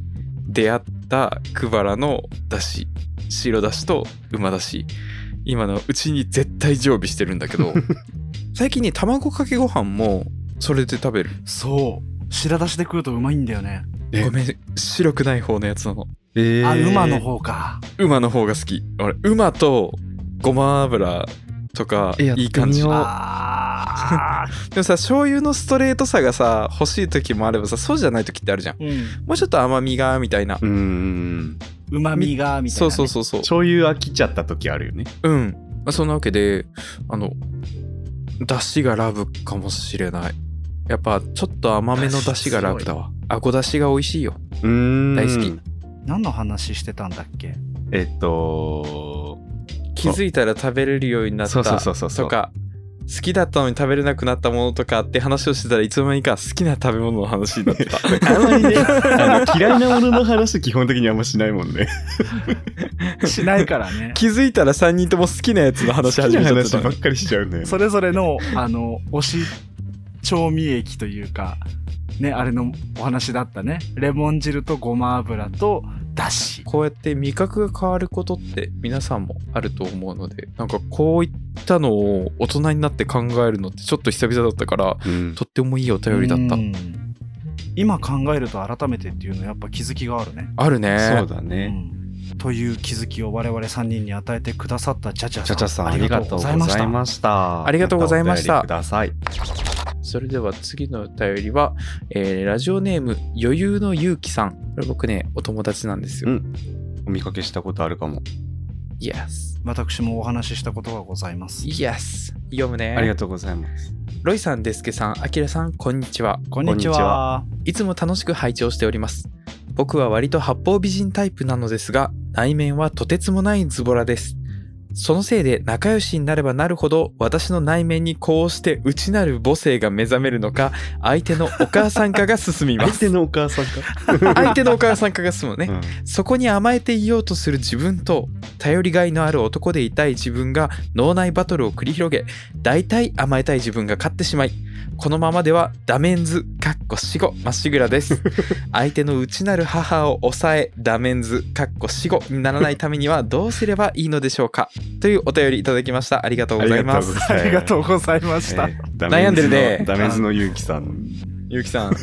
[SPEAKER 2] 出会ったクバラのだし白だしと馬だし今のうちに絶対常備してるんだけど最近ね卵かけご飯もそれで食べる
[SPEAKER 1] そう白だしで食うとうまいんだよね、
[SPEAKER 3] え
[SPEAKER 2] ごめん白くない方のやつなの
[SPEAKER 3] え
[SPEAKER 1] あ
[SPEAKER 3] ー
[SPEAKER 1] 馬の。方か
[SPEAKER 2] 馬の方が好き俺馬とごま油とか
[SPEAKER 3] えやって
[SPEAKER 2] い
[SPEAKER 3] みよう
[SPEAKER 2] い感じでも
[SPEAKER 1] あ
[SPEAKER 2] さ醤油のストレートさがさ欲しい時もあればさそうじゃない時ってあるじゃん
[SPEAKER 1] ーうん
[SPEAKER 2] もうちょっと甘みがみたいな
[SPEAKER 3] うーん。
[SPEAKER 1] うまみがみたいな、ね、
[SPEAKER 2] そうそうそうそう
[SPEAKER 3] 醤油飽きちゃった時あるよね。
[SPEAKER 2] うん、まあ、そんなわけであの出汁がラブかもしれないやっぱちょっと甘めの出汁がラブだわあご出汁が美味しいよ
[SPEAKER 3] うーん
[SPEAKER 2] 大好き。
[SPEAKER 1] 何の話してたんだっけ
[SPEAKER 3] えっと、
[SPEAKER 2] 気づいたら食べれるようになった
[SPEAKER 3] そうそうそうそうそう
[SPEAKER 2] とか好きだったのに食べれなくなったものとかって話をしてたらいつの間にか好きな食べ物の話になってた
[SPEAKER 3] あんまりね、あの嫌いなものの話基本的にあんましないもんね。
[SPEAKER 1] しないからね
[SPEAKER 2] 気づいたら3人とも好きなやつの話
[SPEAKER 3] 好
[SPEAKER 2] 始
[SPEAKER 3] き
[SPEAKER 2] めち
[SPEAKER 3] な
[SPEAKER 2] ゃって
[SPEAKER 3] 話
[SPEAKER 2] た
[SPEAKER 3] ば
[SPEAKER 2] の
[SPEAKER 3] っかりしちゃうね。
[SPEAKER 1] それぞれのあの推し調味液というかねあれのお話だったねレモン汁とごま油とだし
[SPEAKER 2] こうやって味覚が変わることって皆さんもあると思うのでなんかこういったのを大人になって考えるのってちょっと久々だったから
[SPEAKER 3] うん
[SPEAKER 2] とってもいいお便りだった
[SPEAKER 1] うん今考えると改めてっていうのはやっぱ気づきがあるね、
[SPEAKER 2] あるね
[SPEAKER 3] そうだ
[SPEAKER 1] う
[SPEAKER 3] ね。
[SPEAKER 1] んという気づきを我々3人に与えてくださったチャチャ
[SPEAKER 3] ち
[SPEAKER 1] さ
[SPEAKER 3] ゃ
[SPEAKER 1] ん
[SPEAKER 3] ちゃさん、ありがとうござい
[SPEAKER 1] ありがとうござい
[SPEAKER 3] ました。
[SPEAKER 2] ありがとうございました
[SPEAKER 3] たお便りください。
[SPEAKER 2] それでは次のお便りは、えーラジオネーム余裕のゆうきさんこれ僕ねお友達なんですよ、
[SPEAKER 3] うんお見かけしたことあるかも。
[SPEAKER 2] イエス
[SPEAKER 1] 私もお話ししたことがございます
[SPEAKER 2] イエス読むね
[SPEAKER 3] ありがとうございます。
[SPEAKER 2] ロイさんデスケさんあきらさんこんにちは
[SPEAKER 1] こんにちはい
[SPEAKER 2] つも楽しく拝聴しております僕は割と八方美人タイプなのですが内面はとてつもないズボラですそのせいで仲良しになればなるほど私の内面にこうして内なる母性が目覚めるのか相手のお母さん化が進みま
[SPEAKER 3] 相
[SPEAKER 2] す
[SPEAKER 3] 手のお母さんか。
[SPEAKER 2] 相手のお母さん化が進むね
[SPEAKER 3] うん
[SPEAKER 2] そこに甘えていようとする自分と頼りがいのある男でいたい自分が脳内バトルを繰り広げ大体甘えたい自分が勝ってしまいこのままではダメンズかっこ死後まっしぐらです 相手の内なる母を抑えダメンズかっこ死後にならないためにはどうすればいいのでしょうかというお便りいただきましたありがとうございます
[SPEAKER 3] あ
[SPEAKER 1] ありがとうございま
[SPEAKER 3] ご
[SPEAKER 1] し
[SPEAKER 3] ざ
[SPEAKER 1] た、
[SPEAKER 3] います。えーダメ
[SPEAKER 2] 悩
[SPEAKER 3] ンズの
[SPEAKER 2] んでるね
[SPEAKER 3] ダメンズのゆうきさん。
[SPEAKER 2] ゆうきさん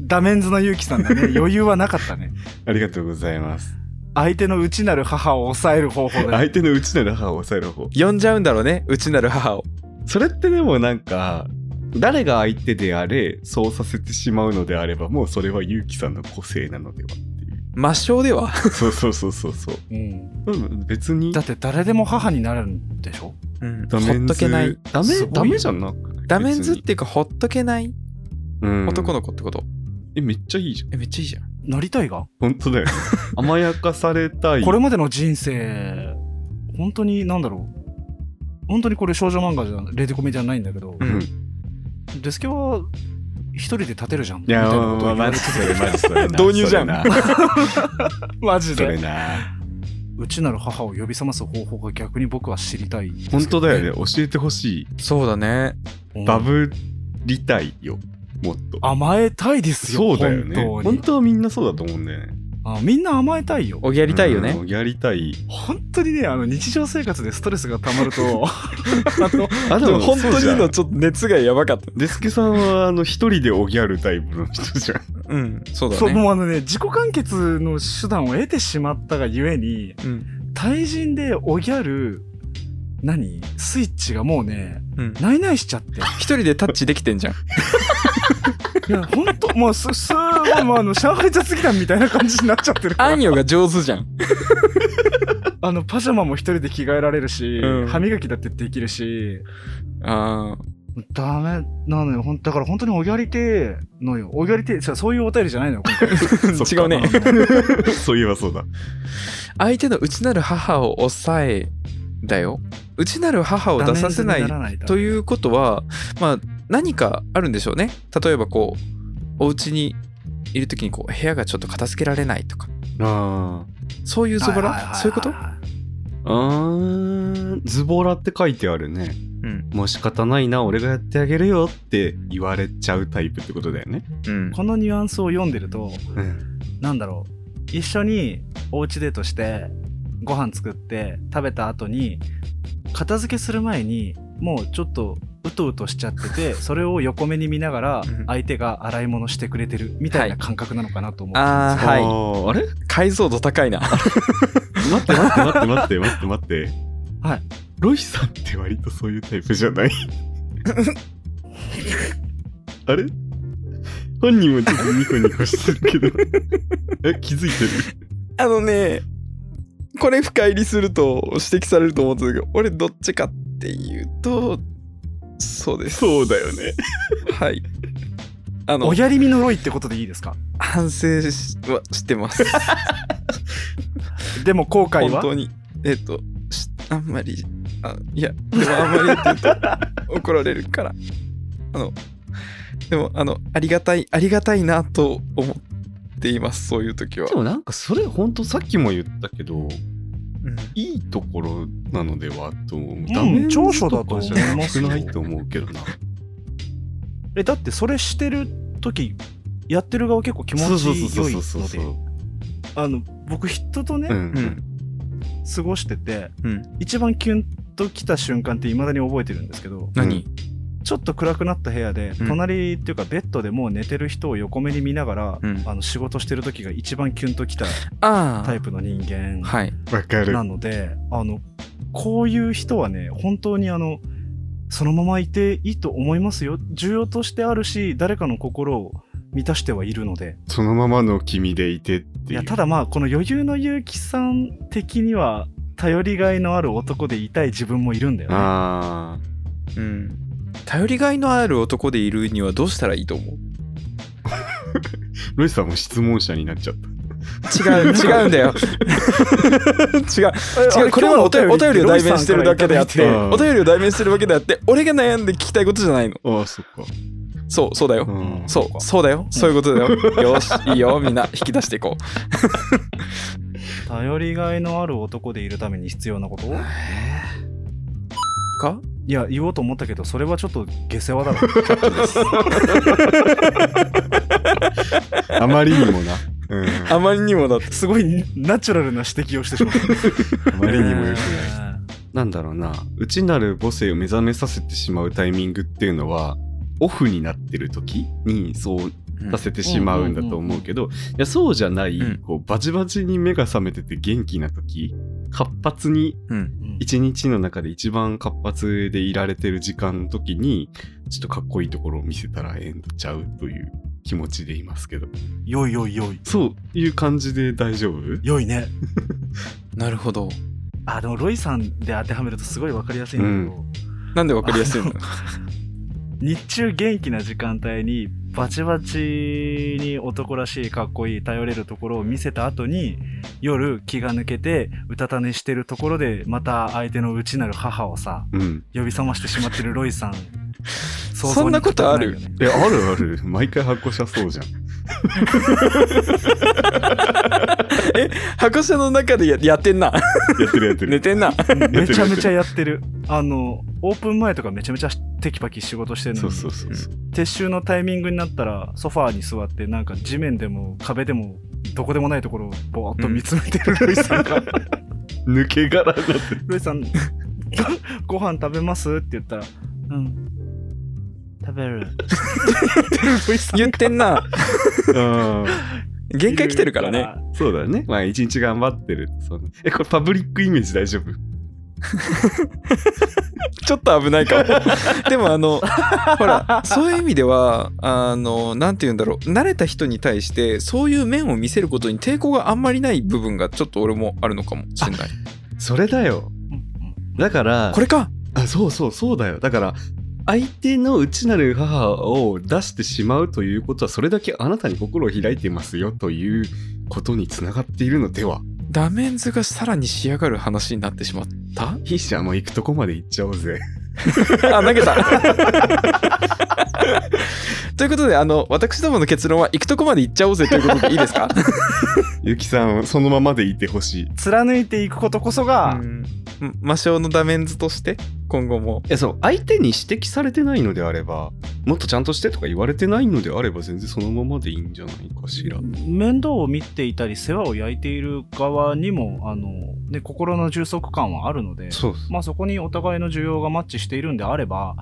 [SPEAKER 1] ダメンズのゆうきさんだね余裕はなかったね
[SPEAKER 3] ありがとうございます。
[SPEAKER 1] 相手の内なる母を抑える方法だね
[SPEAKER 3] 相手の内なる母を抑える方。
[SPEAKER 2] 呼んじゃうんだろうね内なる母を
[SPEAKER 3] それってでもなんか、誰が相手であれ、そうさせてしまうのであれば、もうそれはゆうきさんの個性なのではって
[SPEAKER 2] 抹消では、
[SPEAKER 3] いう。そうそうそうそうそう。
[SPEAKER 1] うん
[SPEAKER 3] うん、別に
[SPEAKER 1] だ。って誰でも母になれるんでしょ
[SPEAKER 2] うん、ほ
[SPEAKER 3] ダメン
[SPEAKER 2] っと
[SPEAKER 3] ズ
[SPEAKER 2] けない
[SPEAKER 3] ダメ
[SPEAKER 1] すごい
[SPEAKER 3] ダメじゃなくない
[SPEAKER 2] ダメンズっ
[SPEAKER 3] 別に
[SPEAKER 2] ていうかほっとけない
[SPEAKER 3] うん
[SPEAKER 2] 男の子ってこと
[SPEAKER 3] えめっちゃいいじゃん
[SPEAKER 2] えめっちゃいいじゃん
[SPEAKER 1] なりたいが
[SPEAKER 3] 本当だよね 甘やかされたい
[SPEAKER 1] これまでの人生本当に何だろう本当にこれ少女漫画じゃレデコメじゃないんだけど、
[SPEAKER 2] う
[SPEAKER 3] うん
[SPEAKER 2] ん
[SPEAKER 1] デスケは一人で立てるじゃん
[SPEAKER 3] いや
[SPEAKER 1] みたいなこ
[SPEAKER 3] まあ
[SPEAKER 1] とを
[SPEAKER 3] ま
[SPEAKER 1] 言わ
[SPEAKER 3] あマ
[SPEAKER 1] れ
[SPEAKER 3] ジ
[SPEAKER 1] て
[SPEAKER 3] それマジそれな
[SPEAKER 2] 導入じゃん
[SPEAKER 1] マジ
[SPEAKER 3] それなそれ
[SPEAKER 1] で
[SPEAKER 3] な
[SPEAKER 1] うちなる母を呼び覚ます方法が逆に僕は知りたいですけど
[SPEAKER 3] 本当だよね教えてほしい
[SPEAKER 2] そうだね。
[SPEAKER 1] うん
[SPEAKER 3] バブりたいよもっと
[SPEAKER 1] 甘えたいですよ
[SPEAKER 3] そうだよね
[SPEAKER 1] 本
[SPEAKER 3] 本当
[SPEAKER 1] 当に
[SPEAKER 3] はみんなそうだと思うんだよね
[SPEAKER 1] あみんな甘えたいよ
[SPEAKER 2] おぎやりたいよね。
[SPEAKER 3] うんやりたい
[SPEAKER 1] 本当にねあの日常生活でストレスがたまると
[SPEAKER 3] あでも本当にの
[SPEAKER 2] ちょっと熱がやばかった。
[SPEAKER 3] デスケさんはあの一人でおぎゃるタイプの人じゃ ん
[SPEAKER 2] うん、そうだ
[SPEAKER 1] そう
[SPEAKER 2] ね。
[SPEAKER 1] もうあのね自己完結の手段を得てしまったがゆえに
[SPEAKER 2] うん、
[SPEAKER 1] 対人でおギャル何スイッチがもうね
[SPEAKER 2] うん。
[SPEAKER 1] ないないしちゃって
[SPEAKER 2] 一人でタッチできてんじゃん。
[SPEAKER 1] いやほんともうすすもうあの上海雑技団みたいな感じになっちゃってるか
[SPEAKER 2] あ
[SPEAKER 1] ら
[SPEAKER 2] んよが上手じゃん。
[SPEAKER 1] あのパジャマも一人で着替えられるし、
[SPEAKER 2] うん
[SPEAKER 1] 歯磨きだってできるし
[SPEAKER 2] あー
[SPEAKER 1] ダメなのよほんだから本当におぎゃりてえのよおぎゃりてえそうそういうお便りじゃないのよ今回
[SPEAKER 2] 違うね
[SPEAKER 3] そういえばそうだ。
[SPEAKER 2] 相手の内なる母を抑えだよ内なる母を出させないと
[SPEAKER 1] う
[SPEAKER 2] いうことは、まあ、何かあるんでしょうね。例えばこうお家にいる時にこう部屋がちょっと片付けられないとか
[SPEAKER 3] あ
[SPEAKER 2] そういうズボ
[SPEAKER 1] ははは
[SPEAKER 2] ラ
[SPEAKER 1] は
[SPEAKER 2] そういうこと
[SPEAKER 3] あ。うん。ズボラって書いてあるね。
[SPEAKER 2] うん
[SPEAKER 3] もう仕方ないな、俺がやってあげるよって言われちゃうタイプってことだよね。
[SPEAKER 2] うん
[SPEAKER 1] このニュアンスを読んでると
[SPEAKER 3] うん。
[SPEAKER 1] なんだろう一緒におうちデートしてご飯作って食べた後に片付けする前にもうちょっとうとうとしちゃって てそれを横目に見ながら
[SPEAKER 2] うん
[SPEAKER 1] 相手が洗い物してくれてるみたいな感覚なのかなと思う、
[SPEAKER 2] あーはい
[SPEAKER 3] い。あれ
[SPEAKER 2] 解像度高いな
[SPEAKER 3] 待って待って待って待って待って待って。
[SPEAKER 1] はい。
[SPEAKER 3] ロイさんって割とそういうタイプじゃ ないあれ本人もちょっとニコニコしてるけど。え、気づいて る
[SPEAKER 2] あのねこれ深入りすると指摘されると思ってたけど俺どっちかっていうとそうです
[SPEAKER 3] そうだよね。
[SPEAKER 2] はいあの
[SPEAKER 1] おやりみのロイってことでいいですか
[SPEAKER 2] 反省しはしてます
[SPEAKER 1] でも後悔
[SPEAKER 2] 本
[SPEAKER 1] は
[SPEAKER 2] 当にえっ、としあんまりあいやでもあんまりって言うと怒られるからあのでもあのありがたいありがたいなと思っていますそういう時は
[SPEAKER 3] で、もなんかそれ本当さっきも言ったけど、
[SPEAKER 2] うん
[SPEAKER 3] いいところなのではと思う。うん
[SPEAKER 1] 長所だと思いますよ
[SPEAKER 3] ないと思うけどな。
[SPEAKER 1] えだってそれしてる時やってる側結構気持ち良いのであの僕人とね、
[SPEAKER 3] うん
[SPEAKER 2] う
[SPEAKER 3] うんん。
[SPEAKER 1] 過ごしてて、
[SPEAKER 2] うん
[SPEAKER 1] 一番キュンときた瞬間っていまだに覚えてるんですけど、
[SPEAKER 2] 何、
[SPEAKER 1] ちょっと暗くなった部屋で、
[SPEAKER 2] うん
[SPEAKER 1] 隣っていうかベッドでもう寝てる人を横目に見ながら、
[SPEAKER 2] うん
[SPEAKER 1] あの仕事してる時が一番キュンときた
[SPEAKER 2] ああ
[SPEAKER 1] タイプの人間
[SPEAKER 2] はい
[SPEAKER 3] わかる
[SPEAKER 1] な。ので、あのこういう人はね本当にあのそのままいていいと思いますよ重要としてあるし誰かの心を満たしてはいるので
[SPEAKER 3] そのままの君でいてって
[SPEAKER 1] い
[SPEAKER 3] い
[SPEAKER 1] や
[SPEAKER 3] う。
[SPEAKER 1] ただまあこの余裕の結城さん的には頼りがいのある男でいたい自分もいるんだよね。
[SPEAKER 3] あ
[SPEAKER 2] うん頼りがいのある男でいるにはどうしたらいいと思う
[SPEAKER 3] あ。ロイさんも質問者になっちゃった。
[SPEAKER 2] 違 う違うんだよ違う違
[SPEAKER 1] あ
[SPEAKER 2] うこれはお便りお便りを代弁してるだけであ
[SPEAKER 1] ロ
[SPEAKER 2] っ
[SPEAKER 1] イ
[SPEAKER 2] て
[SPEAKER 1] さんからいただい
[SPEAKER 2] お
[SPEAKER 3] ロイさんからいただいて
[SPEAKER 2] 便りを代弁してるわけであって俺が悩んで聞きたいことじゃないの
[SPEAKER 3] ああ、そっか。
[SPEAKER 2] そうそうだよ、
[SPEAKER 3] うん
[SPEAKER 2] そうそうだよそういうことだよ、 よーしいいよみんな引き出していこう
[SPEAKER 1] 頼りがいのある男でいるために必要なこと
[SPEAKER 2] か
[SPEAKER 1] いや言おうと思ったけどそれはちょっと下世話だ ろ
[SPEAKER 3] あまりにもな。うん。
[SPEAKER 2] あまりにもだって
[SPEAKER 1] すごいナチュラルな指摘をしてしまった
[SPEAKER 3] あまりにもよくない。
[SPEAKER 1] な
[SPEAKER 3] なんだろうな。内なる母性を目覚めさせてしまうタイミングっていうのは、オフになってる時にそうさせてしまうんだと思うけど、いやそうじゃない、
[SPEAKER 2] うん
[SPEAKER 3] こうバチバチに目が覚めてて元気な時活発に
[SPEAKER 2] うん
[SPEAKER 3] 一日の中で一番活発でいられてる時間の時にちょっとかっこいいところを見せたらええんとちゃうという気持ちでいますけど
[SPEAKER 1] 良い良い良い
[SPEAKER 3] そういう感じで大丈夫
[SPEAKER 1] 良いね
[SPEAKER 2] なるほど
[SPEAKER 1] あでもロイさんで当てはめるとすごい分かりやすいんだけど、
[SPEAKER 2] なんでわかりやすい の
[SPEAKER 1] 日中元気な時間帯にバチバチに男らしいかっこいい頼れるところを見せた後に夜気が抜けてうたた寝してるところでまた相手の内なる母をさ
[SPEAKER 3] うん
[SPEAKER 1] 呼び覚ましてしまってるロイさん想像に
[SPEAKER 2] そんなことある
[SPEAKER 1] 難くないよね
[SPEAKER 3] えあるある毎回発行者そうじゃん
[SPEAKER 2] え箱車の中でややってん な
[SPEAKER 3] やってるやって
[SPEAKER 2] 寝
[SPEAKER 3] る
[SPEAKER 2] てんな
[SPEAKER 1] めちゃめちゃやってるあのオープン前とかめちゃめちゃテキパキ仕事してるの
[SPEAKER 3] そ
[SPEAKER 1] に
[SPEAKER 3] うそうそうそう
[SPEAKER 1] 撤収のタイミングになったらソファーに座ってなんか地面でも壁でもどこでもないところをぼーっと見つめてるロイさんが、
[SPEAKER 3] 抜け殻になって
[SPEAKER 1] ロイさん ご飯食べますって言ったらうん食べ るロイさん
[SPEAKER 2] 言ってんな
[SPEAKER 3] るあー
[SPEAKER 2] 限界来てるからね
[SPEAKER 3] そうだね。まあ、一日頑張ってる。そうねえ、これパブリックイメージ大丈夫
[SPEAKER 2] ちょっと危ないか もでもあのほらそういう意味ではあのなんて言うんだろう慣れた人に対してそういう面を見せることに抵抗があんまりない部分がちょっと俺もあるのかもしれない
[SPEAKER 3] それだよ。だから、
[SPEAKER 2] これか
[SPEAKER 3] あ、そうそう、そうだよ。だから、相手の内なる母を出してしまうということは、それだけあなたに心を開いてますよということにつながっているのでは。
[SPEAKER 2] ダメンズがさらに仕上がる話になってしまった
[SPEAKER 3] 筆者も行くとこまで行っちゃおうぜ。
[SPEAKER 2] あ投げた ということであの私どもの結論は行くとこまで行っちゃおうぜということでいいですか
[SPEAKER 3] ゆきさん、そのままでいてほしい。
[SPEAKER 1] 貫いていくことこそが、
[SPEAKER 2] うん魔性のダメンズとして今後も
[SPEAKER 3] いやそう相手に指摘されてないのであればもっとちゃんとしてとか言われてないのであれば全然そのままでいいんじゃないかしら
[SPEAKER 4] 面倒を見ていたり世話を焼いている側にもあの、ね、心の充足感はあるので
[SPEAKER 3] そう
[SPEAKER 4] まあ、そこにお互いの需要がマッチしているんであれば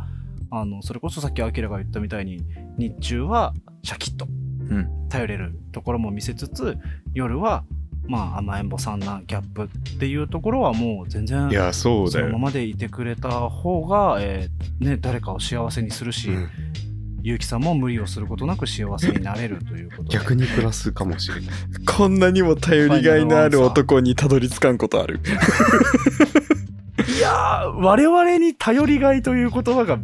[SPEAKER 4] あのそれこそさっきアキラが言ったみたいに日中はシャキッと
[SPEAKER 2] ん
[SPEAKER 4] 頼れるところも見せつつ、夜はまあ甘えん坊さんなギャップっていうところはもう全然
[SPEAKER 3] いやそう
[SPEAKER 4] そ
[SPEAKER 3] だ
[SPEAKER 4] のま
[SPEAKER 3] よ、
[SPEAKER 4] までいてくれた方が、えーね、誰かを幸せにするし、
[SPEAKER 3] うん
[SPEAKER 4] 結城さんも無理をすることなく幸せになれるということで
[SPEAKER 3] 逆にプラスかもしれない
[SPEAKER 2] こんなにも頼りがいのある男にたどり着かんことある
[SPEAKER 1] いやー我々に頼りがいという言葉が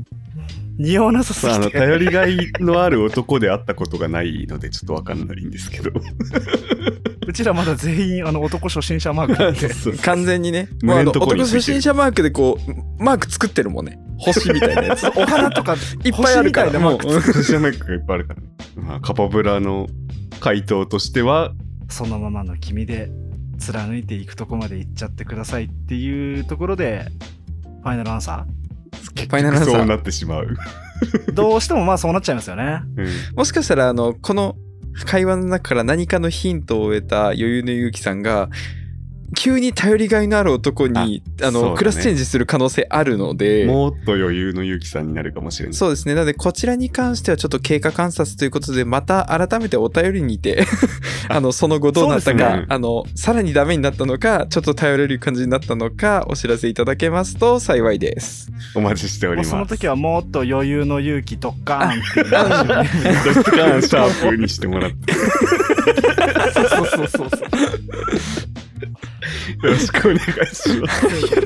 [SPEAKER 1] 似合わなさす
[SPEAKER 3] まああの
[SPEAKER 1] ぎて
[SPEAKER 3] 頼りがいのある男であったことがないのでちょっとわかんないんですけど
[SPEAKER 1] うちらまだ全員あの男初心者マークなんで
[SPEAKER 3] そう
[SPEAKER 2] 完全にねもうあ
[SPEAKER 3] 胸
[SPEAKER 2] の
[SPEAKER 3] のとこ
[SPEAKER 2] 男
[SPEAKER 3] についてる
[SPEAKER 2] 初心者マークでこうマーク作ってるもんね星みたいなやつ
[SPEAKER 1] お花とか
[SPEAKER 2] いっぱいあるから
[SPEAKER 1] 星みたいなマーク
[SPEAKER 2] もう
[SPEAKER 3] 寿司屋メイクがいっぱいあるからね、まあ、カポブラの回答としては
[SPEAKER 1] そのままの君で貫いていくとこまで行っちゃってくださいっていうところでファイナルアンサ
[SPEAKER 3] 結
[SPEAKER 2] ファイナルア
[SPEAKER 3] 局
[SPEAKER 2] ンサー
[SPEAKER 3] そうなってしまう、
[SPEAKER 1] ーどうしてもまあそうなっちゃいますよね
[SPEAKER 3] うん
[SPEAKER 2] もしかしたらあのこの会話の中から何かのヒントを得た余裕のゆうきさんが急に頼りがいのある男にあ
[SPEAKER 3] そうだ
[SPEAKER 2] の、
[SPEAKER 3] ね
[SPEAKER 2] クラスチェンジする可能性あるので
[SPEAKER 3] もっと余裕のゆうきさんになるかもしれない
[SPEAKER 2] そうですねなのでこちらに関してはちょっと経過観察ということでまた改めてお便りにて あのその後どうなった
[SPEAKER 3] そう
[SPEAKER 2] か、
[SPEAKER 3] ですね
[SPEAKER 2] あのさらにダメになったのかちょっと頼れる感じになったのかお知らせいただけますと幸いです。
[SPEAKER 3] お待ちしてお
[SPEAKER 1] も
[SPEAKER 3] り
[SPEAKER 1] う
[SPEAKER 3] ます
[SPEAKER 1] その時はもっと余裕の勇気ドッカーンっていう話をね
[SPEAKER 3] ドッカンシャープにしてもらって。
[SPEAKER 2] そうそう そうそう
[SPEAKER 3] よろしくお願いします。
[SPEAKER 2] よ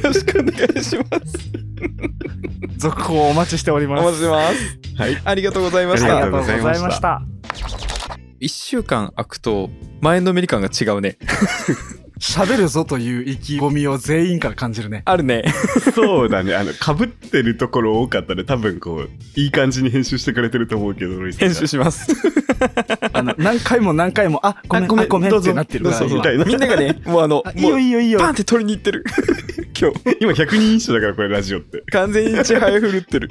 [SPEAKER 2] ろしくお願いします。
[SPEAKER 1] 続報をお待ちしており
[SPEAKER 2] お
[SPEAKER 1] ます
[SPEAKER 2] 待ちしてます。
[SPEAKER 3] はい。
[SPEAKER 2] ありがとうございまし
[SPEAKER 3] あ
[SPEAKER 1] あり
[SPEAKER 2] た
[SPEAKER 3] り。
[SPEAKER 1] がとうご
[SPEAKER 3] がとうご
[SPEAKER 1] ざ
[SPEAKER 3] ざ
[SPEAKER 1] い
[SPEAKER 3] い
[SPEAKER 1] ま
[SPEAKER 3] ました
[SPEAKER 1] した
[SPEAKER 2] 1週間空くと前のめり感が違うね
[SPEAKER 1] 喋るぞという意気込みを全員から感じるね
[SPEAKER 2] あるね
[SPEAKER 3] そうだね。あの、被ってるところ多かったら多分こう、いい感じに編集してくれてると思うけど、ロイさんが。
[SPEAKER 2] 編集します
[SPEAKER 1] あの何回も何回もあごめん
[SPEAKER 3] あごめん
[SPEAKER 1] あごめん
[SPEAKER 3] ど
[SPEAKER 1] っ
[SPEAKER 3] うぞ
[SPEAKER 1] てなってる
[SPEAKER 3] どうぞ
[SPEAKER 1] 今
[SPEAKER 3] みたいな
[SPEAKER 2] みんながねもうあの
[SPEAKER 1] あいい
[SPEAKER 2] も
[SPEAKER 1] よ
[SPEAKER 2] う
[SPEAKER 1] いいよいいよ
[SPEAKER 2] パンって取りに行ってる今日
[SPEAKER 3] 今100人一緒だから、これラジオって。
[SPEAKER 2] 完全にちはやふるってる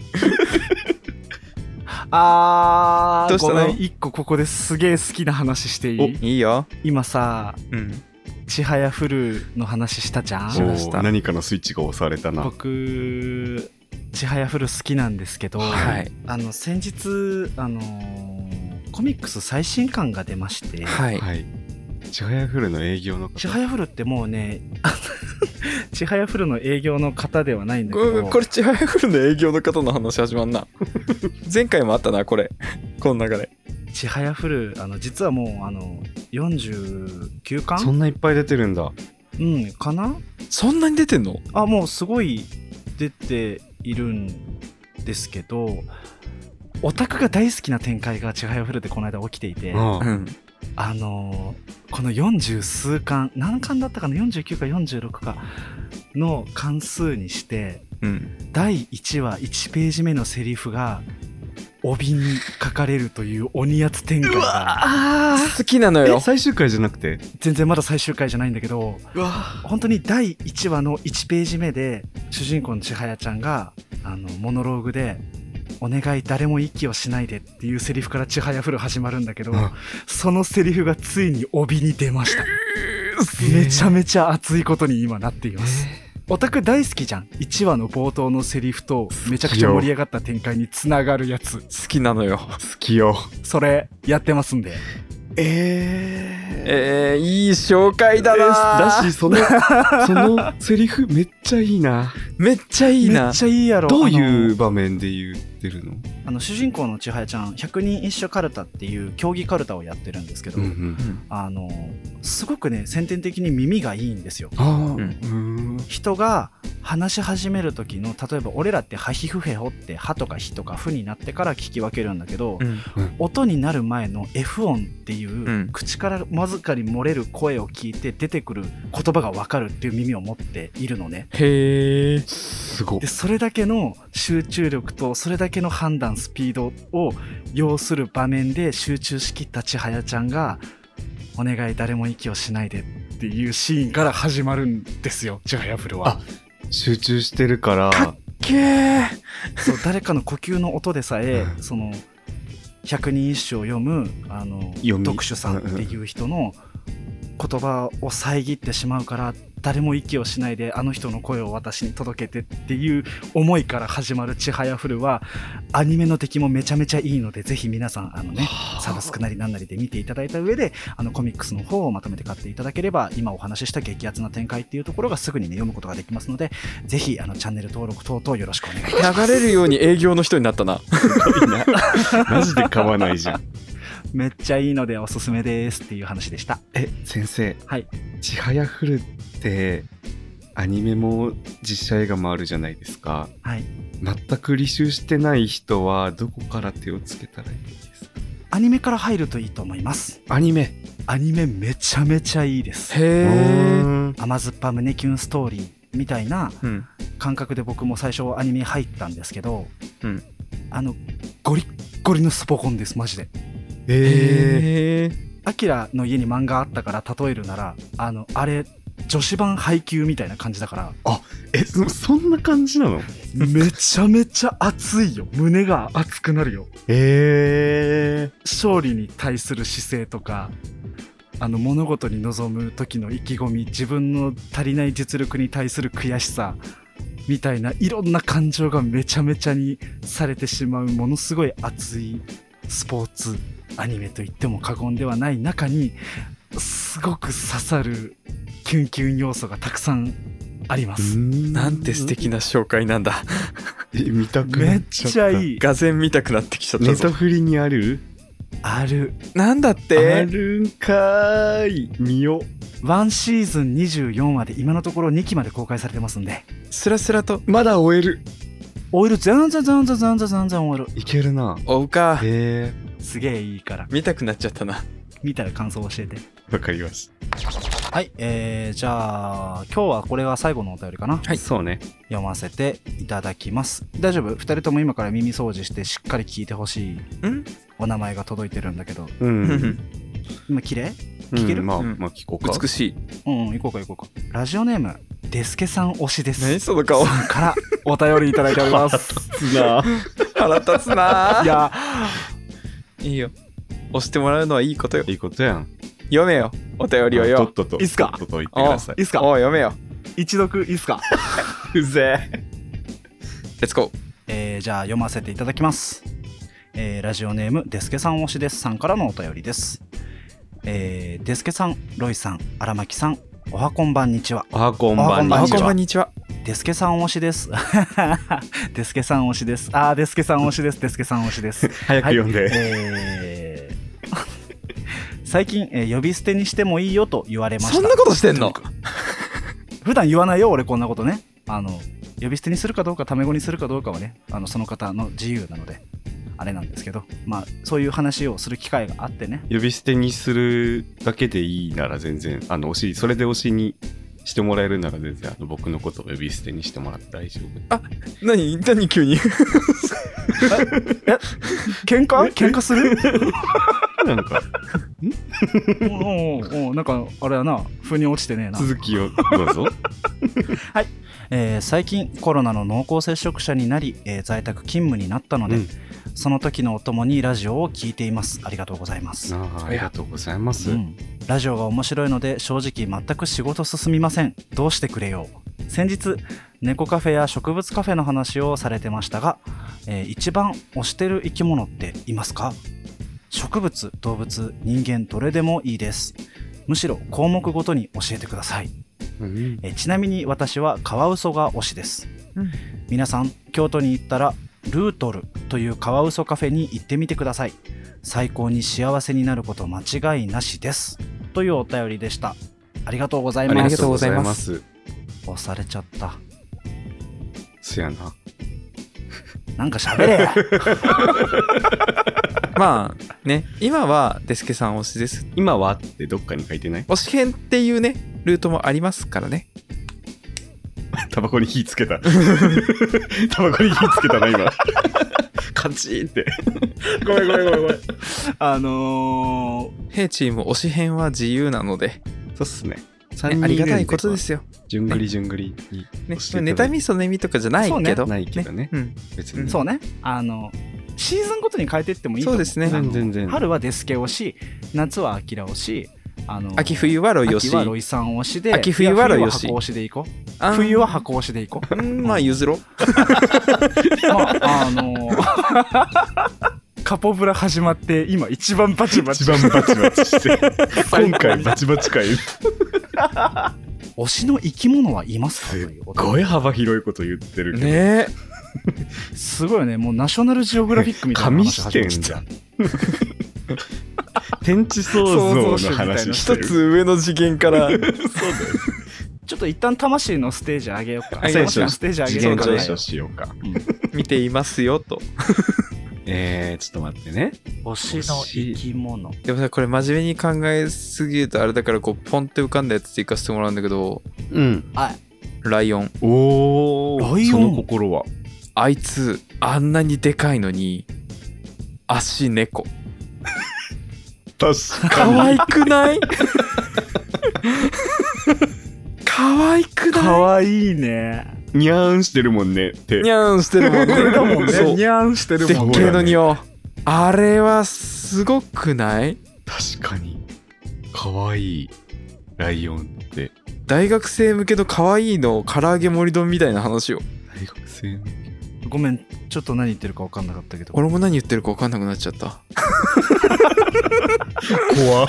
[SPEAKER 1] あー
[SPEAKER 2] どうしたの
[SPEAKER 1] ごめん一個ここですげえ好きな話していい
[SPEAKER 2] いいよ
[SPEAKER 1] 今さ
[SPEAKER 2] うん
[SPEAKER 1] ちはやふるの話したじゃ
[SPEAKER 2] し
[SPEAKER 1] ん
[SPEAKER 2] ました
[SPEAKER 3] おー何かのスイッチが押されたな。
[SPEAKER 1] 僕ちはやふる好きなんですけど、
[SPEAKER 2] はい
[SPEAKER 1] あの先日あのーコミックス最新刊が出まして、
[SPEAKER 2] はい
[SPEAKER 3] はい。ちはやふるの営業の
[SPEAKER 1] ち
[SPEAKER 3] 方。
[SPEAKER 1] はやふるってもうね ちはやふるの営業の方ではないんだけ
[SPEAKER 2] こ
[SPEAKER 1] ど
[SPEAKER 2] これちはやふるの営業の方の話始まんな 前回もあったなこれこの流れ
[SPEAKER 1] ちはやふるあの実はもうあの49
[SPEAKER 3] そ
[SPEAKER 1] 巻
[SPEAKER 3] んないっぱい出てるんだ。
[SPEAKER 1] うんかな
[SPEAKER 2] そんなに出てんの
[SPEAKER 1] あもうすごい出ているんですけどオタクが大好きな展開がちはやふるでこの間起きていて、
[SPEAKER 3] うん
[SPEAKER 2] ん
[SPEAKER 1] あのーこの40数巻何巻だったかな49か46かの巻数にして
[SPEAKER 2] うん
[SPEAKER 1] 第1話1ページ目のセリフが帯に書かれるという鬼やつ展開が
[SPEAKER 2] 好きなの
[SPEAKER 3] え、
[SPEAKER 2] よ
[SPEAKER 3] 最終回じゃなくて
[SPEAKER 1] 全然まだ最終回じゃないんだけど本当に第1話の1ページ目で主人公の千早ちゃんがあのモノローグで「お願い誰も息をしないで」っていうセリフから千早フル始まるんだけど
[SPEAKER 3] うん
[SPEAKER 1] そのセリフがついに帯に出ましためちゃめちゃ熱いことに今なっていますオタク大好きじゃん1話の冒頭のセリフとめちゃくちゃ盛り上がった展開につながるやつ
[SPEAKER 2] 好きなのよ
[SPEAKER 3] 好きよ。
[SPEAKER 1] それやってますんで
[SPEAKER 3] え
[SPEAKER 2] えー、いい紹介だな、
[SPEAKER 3] だ し、その、そのセリフめっちゃいいな。
[SPEAKER 2] めっちゃいい
[SPEAKER 1] め
[SPEAKER 2] な
[SPEAKER 1] っちゃいいやろ
[SPEAKER 3] どう
[SPEAKER 1] あ
[SPEAKER 3] い
[SPEAKER 1] の
[SPEAKER 3] う場面で言ってるの
[SPEAKER 1] あの主人公の千早ちゃん百人一首かるたっていう競技かるたをやってるんですけど、
[SPEAKER 3] ん。
[SPEAKER 2] うん
[SPEAKER 1] あのすごくね先天的に耳がいいんですよ
[SPEAKER 3] ああ、
[SPEAKER 2] う
[SPEAKER 3] うんん、
[SPEAKER 1] 人が話し始める時の例えば俺らって「ハヒフヘホ」って「ハ」とか「ヒ」とか「フ」になってから聞き分けるんだけど、
[SPEAKER 2] うん
[SPEAKER 1] 音になる前の F 音っていう、
[SPEAKER 2] ん
[SPEAKER 1] 口からわずかに漏れる声を聞いて出てくる言葉が分かるっていう耳を持っているのね
[SPEAKER 2] へえ
[SPEAKER 3] すごい
[SPEAKER 1] で。それだけの集中力とそれだけの判断スピードを要する場面で集中しきったちはやちゃんが「お願い誰も息をしないで」っていうシーンから始まるんですよちはやふるは
[SPEAKER 3] あ。集中してるから、
[SPEAKER 2] けー
[SPEAKER 1] そう誰かの呼吸の音でさえ、
[SPEAKER 3] うん
[SPEAKER 1] その百人一首を読むあの
[SPEAKER 3] 読み
[SPEAKER 1] 読書さんっていう人の言葉を遮ってしまうから誰も息をしないであの人の声を私に届けてっていう思いから始まる「ちはやふる」はアニメの敵もめちゃめちゃいいのでぜひ皆さんあのねサブスクなりなんなりで見ていただいた上であのコミックスの方をまとめて買っていただければ今お話しした激アツな展開っていうところがすぐに、ね、読むことができますのでぜひあのチャンネル登録等々よろしくお願いします。
[SPEAKER 2] 流れるように営業の人になったな
[SPEAKER 3] マジで買わないじゃん。
[SPEAKER 1] めっちゃいいのでおすすめですっていう話でした。
[SPEAKER 3] え、先生。
[SPEAKER 1] はい。
[SPEAKER 3] ちはやふるって、アニメも実写映画もあるじゃないですか。
[SPEAKER 1] はい。
[SPEAKER 3] 全く履修してない人は、どこから手をつけたらいいですか
[SPEAKER 1] アニメから入るといいと思います。
[SPEAKER 3] アニメ。
[SPEAKER 1] アニメめちゃめちゃいいです。
[SPEAKER 2] へえ
[SPEAKER 3] うん
[SPEAKER 1] 甘酸っぱ胸キュンストーリーみたいな
[SPEAKER 2] うん
[SPEAKER 1] 感覚で僕も最初アニメ入ったんですけど、
[SPEAKER 2] うん
[SPEAKER 1] あの、ゴリッゴリのスポコンです、マジで。
[SPEAKER 3] え
[SPEAKER 2] へえ
[SPEAKER 1] アキラの家に漫画あったから例えるなら、あの、あれ、女子版配給みたいな感じだから、
[SPEAKER 3] ー、え、そそんな感じなの
[SPEAKER 1] めちゃめちゃ熱いよ。胸が熱くなるよ。
[SPEAKER 3] え
[SPEAKER 1] 勝利に対する姿勢とかあの物事に臨む時の意気込み自分の足りない実力に対する悔しさみたいないろんな感情がめちゃめちゃにされてしまうものすごい熱いスポーツアニメと言っても過言ではない中にすごく刺さるキュンキュン要素がたくさんあります。
[SPEAKER 2] なんて素敵な紹介なんだ
[SPEAKER 3] え見たく
[SPEAKER 1] め
[SPEAKER 3] な
[SPEAKER 1] っ
[SPEAKER 3] っちゃった
[SPEAKER 1] ちゃいい。
[SPEAKER 2] がぜん見たくなってきちゃった
[SPEAKER 3] ネタ
[SPEAKER 2] ぞ
[SPEAKER 3] フリにある
[SPEAKER 1] ある。
[SPEAKER 2] なんだっ
[SPEAKER 3] あ
[SPEAKER 2] て
[SPEAKER 3] るんかーい見よ
[SPEAKER 1] 1シーズン24話で今のところ2期まで公開されてますんで。
[SPEAKER 2] スラスラと
[SPEAKER 3] まだ終える
[SPEAKER 1] オイル全然全然全然全然オイル
[SPEAKER 3] いけるな
[SPEAKER 2] 追うか
[SPEAKER 3] へえ
[SPEAKER 1] すげえいいから
[SPEAKER 2] 見たくなっちゃったな
[SPEAKER 1] 見たら感想教えて
[SPEAKER 3] わかりまし
[SPEAKER 1] はいえー、じゃあ今日はこれが最後のお便りかな
[SPEAKER 3] たはいそうね
[SPEAKER 1] 読ませていただきます大丈夫2人とも今から耳掃除してしっかり聞いてほしい
[SPEAKER 2] うん
[SPEAKER 1] お名前が届いてるんだけど
[SPEAKER 3] う
[SPEAKER 2] うん ん
[SPEAKER 1] 今綺麗
[SPEAKER 3] 聞
[SPEAKER 1] ける
[SPEAKER 3] まあ
[SPEAKER 2] うん
[SPEAKER 3] まあ聞こうか
[SPEAKER 2] 美しい
[SPEAKER 1] うんうん行こうか行こうかラジオネームデスケさん推しです
[SPEAKER 2] 何その顔
[SPEAKER 1] さんからお便りいただいております
[SPEAKER 3] いな
[SPEAKER 2] 腹立つ ない
[SPEAKER 1] や
[SPEAKER 2] いいよ押してもらうのはいいことよ
[SPEAKER 3] いいことやん
[SPEAKER 2] 読めよお便りを
[SPEAKER 3] と
[SPEAKER 2] よ
[SPEAKER 3] っとと
[SPEAKER 1] いいっすか
[SPEAKER 3] とっとと言って
[SPEAKER 2] お
[SPEAKER 3] く
[SPEAKER 2] う
[SPEAKER 3] ださい
[SPEAKER 1] いっすか
[SPEAKER 2] おう読めよ
[SPEAKER 1] 一読いいっすか
[SPEAKER 3] うぜえ
[SPEAKER 2] レッツゴ
[SPEAKER 1] えーじゃあ読ませていただきます、えーラジオネームデスケさん推しですさんからのお便りです、えーデスケさんロイさん荒牧さんおはこんばんにちは
[SPEAKER 3] あこんば
[SPEAKER 1] ば
[SPEAKER 3] ん
[SPEAKER 1] ん
[SPEAKER 2] ー
[SPEAKER 1] に
[SPEAKER 2] あ
[SPEAKER 1] ち
[SPEAKER 2] こ
[SPEAKER 1] は
[SPEAKER 2] んばんにちは
[SPEAKER 1] デスケさん推しです デスケさん推しですあーデスケさん推しですデスケさん推しです
[SPEAKER 3] 早く読んで
[SPEAKER 1] えー 最近、えー呼び捨てにしてもいいよと言われました
[SPEAKER 2] そんなことしてんの
[SPEAKER 1] 普段言わないよ俺こんなことねあの呼び捨てにするかどうかタメ語にするかどうかはねあのその方の自由なのであれなんですけどまあそういう話をする機会があってね
[SPEAKER 3] 呼び捨てにするだけでいいなら全然あの推しそれで推しにしてもらえるなら全然あの僕のことを呼び捨てにしてもらって大丈夫
[SPEAKER 2] 何何急に
[SPEAKER 1] 喧嘩喧嘩する
[SPEAKER 3] なんか
[SPEAKER 1] おうおうおうなんかあれやな腑に落ちてねえな
[SPEAKER 3] 続きをどうぞ
[SPEAKER 1] えー最近コロナの濃厚接触者になり、えー在宅勤務になったので、
[SPEAKER 3] うん
[SPEAKER 1] その時のお供にラジオを聞いていますありがとうございます
[SPEAKER 3] あありがとうございます、
[SPEAKER 1] うん、ラジオが面白いので正直全く仕事進みませんどうしてくれよう先日猫カフェや植物カフェの話をされてましたが、えー一番推してる生き物っていますか植物動物人間どれでもいいですむしろ項目ごとに教えてください
[SPEAKER 3] うん。
[SPEAKER 1] えーちなみに私はカワウソが推しです、
[SPEAKER 2] うん
[SPEAKER 1] 皆さん京都に行ったらルートルというカワウソカフェに行ってみてください最高に幸せになること間違いなしですというお便りでしたありがとうございま
[SPEAKER 2] ありが
[SPEAKER 1] す
[SPEAKER 2] とうございます
[SPEAKER 1] 押されちゃった。
[SPEAKER 3] せやな。
[SPEAKER 1] なんか喋れ
[SPEAKER 2] まあね今はデスケさん推しです
[SPEAKER 3] 今はってどっかに書いてない
[SPEAKER 2] 推し編っていうねルートもありますからね
[SPEAKER 3] タバコに火つけた。タバコに火つけたな、今。カチーって。ごめんごめんごめんごめん。
[SPEAKER 5] あの
[SPEAKER 2] 兵チーム推し編は自由なので、
[SPEAKER 3] そうっすね。
[SPEAKER 2] ね
[SPEAKER 3] 三人
[SPEAKER 2] あ
[SPEAKER 3] い
[SPEAKER 2] り
[SPEAKER 3] るん
[SPEAKER 2] がたいことで
[SPEAKER 3] こ
[SPEAKER 2] すよ、
[SPEAKER 3] う。じゅんぐりじゅんぐりに
[SPEAKER 2] ね、
[SPEAKER 3] 押していただいて。
[SPEAKER 2] 妬みそねみとかじゃないけど、
[SPEAKER 3] そうねないけどね
[SPEAKER 2] うん、
[SPEAKER 3] 別
[SPEAKER 2] うん
[SPEAKER 3] に。
[SPEAKER 1] そうね。あの、シーズンごとに変えてってもいいと
[SPEAKER 2] そ
[SPEAKER 1] 思
[SPEAKER 2] う
[SPEAKER 1] う。
[SPEAKER 2] ですね
[SPEAKER 1] あの
[SPEAKER 3] 全然全然
[SPEAKER 1] 春はデスケ推し、夏はアキラ推し、あの
[SPEAKER 2] 秋冬はロイ推し
[SPEAKER 1] 秋はロイさん推しで、
[SPEAKER 2] 秋冬はロイ推し
[SPEAKER 1] いや冬は箱推しでいこう。
[SPEAKER 2] あー
[SPEAKER 1] 冬は箱推しでいこう。
[SPEAKER 2] うんまあ譲ろう
[SPEAKER 1] まあ、あのー、 カポブラ始まって今一番バチバチ
[SPEAKER 3] 一番バチバチして。 今回バチバチ回。す
[SPEAKER 1] 推しの生き物はいますかと
[SPEAKER 3] っ
[SPEAKER 1] いうこと
[SPEAKER 3] ごい幅広いこと言ってるけど。
[SPEAKER 2] ねえ
[SPEAKER 1] すごいよねもうナショナルジオグラフィックみたいな
[SPEAKER 3] 紙
[SPEAKER 1] 話
[SPEAKER 3] 視
[SPEAKER 1] 始ま
[SPEAKER 3] 点
[SPEAKER 1] っち
[SPEAKER 3] じ
[SPEAKER 1] ゃ
[SPEAKER 3] ゃ
[SPEAKER 1] っ
[SPEAKER 3] ん。天地創造の話して
[SPEAKER 2] 一
[SPEAKER 3] る。
[SPEAKER 2] つ上の次元から
[SPEAKER 1] たちょっと一旦魂のステージ上げようか
[SPEAKER 2] 上げま
[SPEAKER 1] 魂
[SPEAKER 2] しょ
[SPEAKER 1] の
[SPEAKER 2] う
[SPEAKER 1] ステージ上
[SPEAKER 3] 次
[SPEAKER 1] げよう
[SPEAKER 3] 元
[SPEAKER 1] か
[SPEAKER 3] 上昇しようか。
[SPEAKER 2] 見ていますよと
[SPEAKER 3] えー、ちょっと待ってね。
[SPEAKER 1] 推しの生き物
[SPEAKER 2] でもさこれ真面目に考えすぎるとあれだからこうポンって浮かんだやつでいかせてもらうんだけど
[SPEAKER 3] うん。
[SPEAKER 2] ライオン
[SPEAKER 3] お
[SPEAKER 1] ライオン
[SPEAKER 3] その心は。
[SPEAKER 2] あいつあんなにでかいのに足猫
[SPEAKER 3] 確か
[SPEAKER 2] 可愛くない 可愛くない
[SPEAKER 5] 可愛いね。
[SPEAKER 3] に。にゃーんしてるもんね。手
[SPEAKER 2] ニ。ャンしてるもんね
[SPEAKER 5] これだもんね。
[SPEAKER 2] そう
[SPEAKER 5] ニャンしてる
[SPEAKER 2] で
[SPEAKER 5] もん
[SPEAKER 2] っ
[SPEAKER 5] ね。
[SPEAKER 2] けえのによあれはすごくない
[SPEAKER 3] 確かに。かわいい。ライオンって。
[SPEAKER 2] 大学生向けの可愛いの唐揚げ盛り丼みたいな話よ
[SPEAKER 3] 大学生の。
[SPEAKER 1] ごめんちょっと何言ってるか分かんなかったけど
[SPEAKER 2] 俺も何言ってるか分かんなくなっちゃった
[SPEAKER 3] 怖っ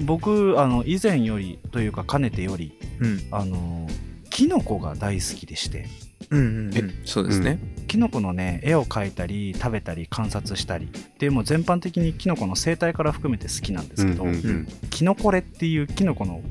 [SPEAKER 1] 僕あの以前よりというかかねてより
[SPEAKER 2] うん
[SPEAKER 1] あのーキノコが大好きでして
[SPEAKER 2] うんうん、うん、そうですね、
[SPEAKER 1] キノコのね絵を描いたり食べたり観察したりっていうもう全般的にキノコの生態から含めて好きなんですけど、
[SPEAKER 2] ん
[SPEAKER 1] キノコレっていうキノコの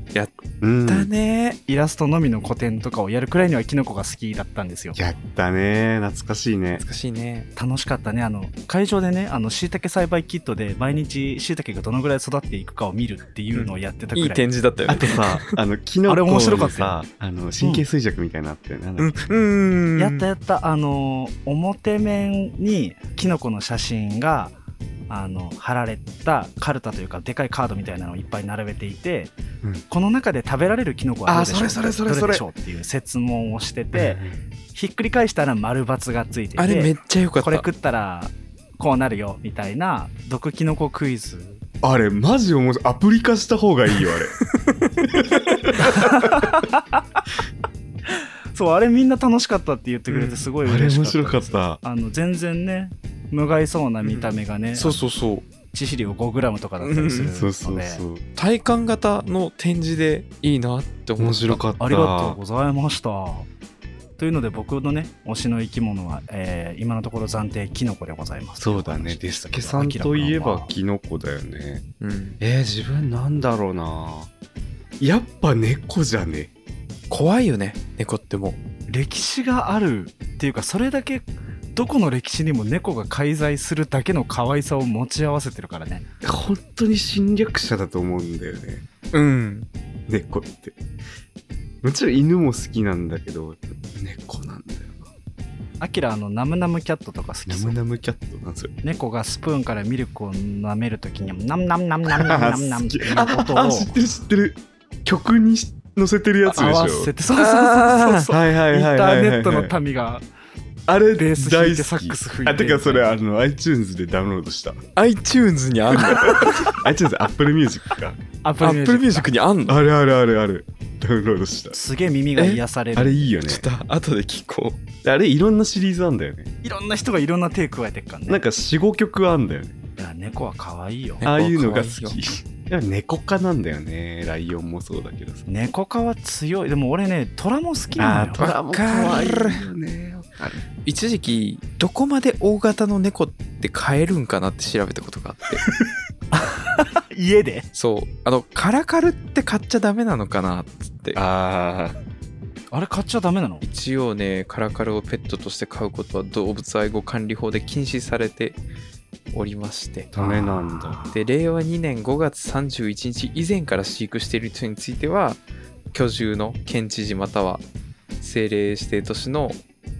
[SPEAKER 3] うん
[SPEAKER 2] だね
[SPEAKER 1] イラストのみの個展とかをやるくらいにはキノコが好きだったんですよ
[SPEAKER 3] やったね懐かしいね。
[SPEAKER 2] 難しいね
[SPEAKER 1] 楽しかったねあの会場でねあの椎茸栽培キットで毎日椎茸がどのぐらい育っていくかを見るっていうのをやってたくらい、
[SPEAKER 2] いい展示だったよ
[SPEAKER 3] あ
[SPEAKER 2] ね
[SPEAKER 3] とさ、あの、キノ
[SPEAKER 1] あれ
[SPEAKER 3] コ
[SPEAKER 1] 面白か
[SPEAKER 3] の
[SPEAKER 1] ったよ
[SPEAKER 3] さ、あの、神経衰弱みたいなのあって、なんだ
[SPEAKER 2] う
[SPEAKER 3] っ
[SPEAKER 2] んうん
[SPEAKER 1] やったやったあの表面にキノコの写真があの貼られたカルタというかでかいカードみたいなのをいっぱい並べていて、
[SPEAKER 3] うん
[SPEAKER 1] この中で食べられるキノコはどれでしょう
[SPEAKER 3] あーそれそれそれそれ
[SPEAKER 1] どれでしょうっていう説問をして
[SPEAKER 3] け
[SPEAKER 1] て、ひっくり返したら丸×がついてて
[SPEAKER 2] あれめっちゃ良かった
[SPEAKER 1] これ食ったらこうなるよみたいな毒キノコクイズ
[SPEAKER 3] あれ、マジ面白い。アプリ化した方がいいよ、あれ。
[SPEAKER 1] そうあれみんな楽しかったって言ってくれてすごい
[SPEAKER 3] あれ
[SPEAKER 1] 嬉しか
[SPEAKER 3] 面
[SPEAKER 1] ったです、
[SPEAKER 3] 白かった。
[SPEAKER 1] あの全然ね無害そうな見た目がね、
[SPEAKER 2] そうそうそう
[SPEAKER 1] 致死量 5g とかだったりするので、
[SPEAKER 3] そうそうそう。
[SPEAKER 2] 体感型の展示でいいなって思った
[SPEAKER 3] 面白かった。
[SPEAKER 1] ありがとうございましたというので僕のね推しの生き物は、えー今のところ暫定キノコでございます
[SPEAKER 3] そうだね。デスケさんといえばキノコだよね。
[SPEAKER 2] うん
[SPEAKER 3] えー、自分なんだろうな。やっぱ猫じゃね。
[SPEAKER 2] 怖いよね猫ってもう
[SPEAKER 1] 歴史があるっていうかそれだけどこの歴史にも猫が介在するだけの可愛さを持ち合わせてるからね
[SPEAKER 3] 本当に侵略者だと思うんだよね。
[SPEAKER 2] うん
[SPEAKER 3] 猫って。もちろん犬も好きなんだけど、猫なんだよな。
[SPEAKER 1] アキラあのナムナムキャットとか好き
[SPEAKER 3] ナ
[SPEAKER 1] そう
[SPEAKER 3] ムナムキャットなんそれ。
[SPEAKER 1] 猫がスプーンからミルクを舐めるときにナムナムナムナムナムナムナム
[SPEAKER 3] 好
[SPEAKER 1] って
[SPEAKER 3] き
[SPEAKER 1] いう
[SPEAKER 3] あ
[SPEAKER 1] 音を
[SPEAKER 3] ああ知ってる知ってる。曲にし載せてるやつでしょ。
[SPEAKER 1] 合わせてそうそうそうそうそう
[SPEAKER 3] はいはい
[SPEAKER 1] イン
[SPEAKER 3] はいはい
[SPEAKER 1] タ
[SPEAKER 3] は
[SPEAKER 1] ー
[SPEAKER 3] いはい
[SPEAKER 1] ネットの民が
[SPEAKER 3] あれ
[SPEAKER 1] ベース弾いてサックス吹いて
[SPEAKER 3] あてかそれあの iTunes でダウンロードした
[SPEAKER 2] iTunes にあんの
[SPEAKER 3] iTunes Apple Music か
[SPEAKER 1] アップルミュ
[SPEAKER 2] Apple
[SPEAKER 1] ージッ
[SPEAKER 2] Music にあんの
[SPEAKER 3] あるあるあるあるダウンロードした
[SPEAKER 1] クすげえ耳が癒され
[SPEAKER 3] あ
[SPEAKER 1] る
[SPEAKER 3] れいいよね
[SPEAKER 2] ちょっと後で聞こ
[SPEAKER 3] あれいろんなシリーズあんだよね
[SPEAKER 1] いろんな人がいろんな手加えてっからね
[SPEAKER 3] なんか45曲あんだよね
[SPEAKER 1] いや猫は可愛いよ
[SPEAKER 2] ね
[SPEAKER 3] ああいうのが好
[SPEAKER 2] 可愛い
[SPEAKER 3] きいや猫科なんだよねライオンもそうだけどさ
[SPEAKER 1] 猫科は強いでも俺ね虎も好きなのよ
[SPEAKER 2] ー虎も可愛いよ
[SPEAKER 3] ね
[SPEAKER 2] う一時期ど こまで大型の猫って飼えるんかなって調べたことがあって
[SPEAKER 1] 家で
[SPEAKER 2] そうあのカラカルって買っちゃダメなのかなっつって
[SPEAKER 3] あ
[SPEAKER 1] あれ買っちゃダメなの
[SPEAKER 2] 一応ねカラカルをペットとして飼うことは動物愛護管理法で禁止されておりまして
[SPEAKER 3] あ、ダメなんだ。
[SPEAKER 2] で令和2年5月31日以前から飼育している人については居住の県知事または政令指定都市の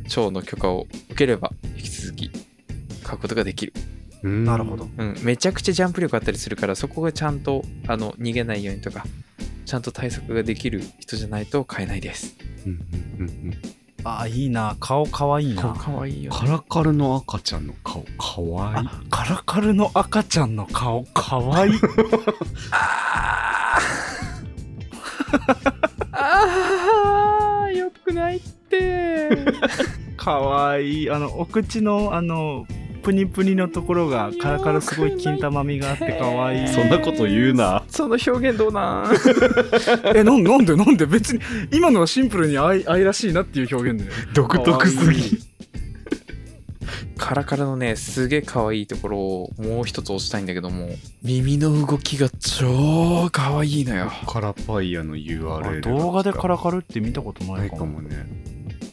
[SPEAKER 2] 町の許可を受ければ引き続き飼うことができる、
[SPEAKER 3] な
[SPEAKER 6] なるほど。
[SPEAKER 2] うん、めちゃくちゃジャンプ力あったりするからそこがちゃんとあの逃げないようにとかちゃんと対策ができる人じゃないと飼えないです
[SPEAKER 3] うんうんうんうん
[SPEAKER 1] あいいな顔かわいい
[SPEAKER 2] こう
[SPEAKER 1] な
[SPEAKER 2] かわいいよね
[SPEAKER 3] カラカルの赤ちゃんの顔、かわいい。
[SPEAKER 1] カラカルの赤ちゃんの顔かわ いい
[SPEAKER 2] ああよくないって
[SPEAKER 1] かわいいあのお口のあのプニプニのところがカラカルすごい金玉みがあってかわいい
[SPEAKER 3] そんなこと言うな。
[SPEAKER 2] その表現どうなん
[SPEAKER 1] えなんなんでなんで別に今のはシンプルに愛愛らしいなっていう表現で
[SPEAKER 3] 独特すぎ。
[SPEAKER 2] カラカラのねすげえ可愛いところをもう一つ押したいんだけども耳の動きが超可愛いのよ
[SPEAKER 3] カラパイヤの URL が来た。
[SPEAKER 1] 動画でカラカルって見たことな
[SPEAKER 3] ないい
[SPEAKER 1] か
[SPEAKER 3] か
[SPEAKER 1] も
[SPEAKER 3] もね。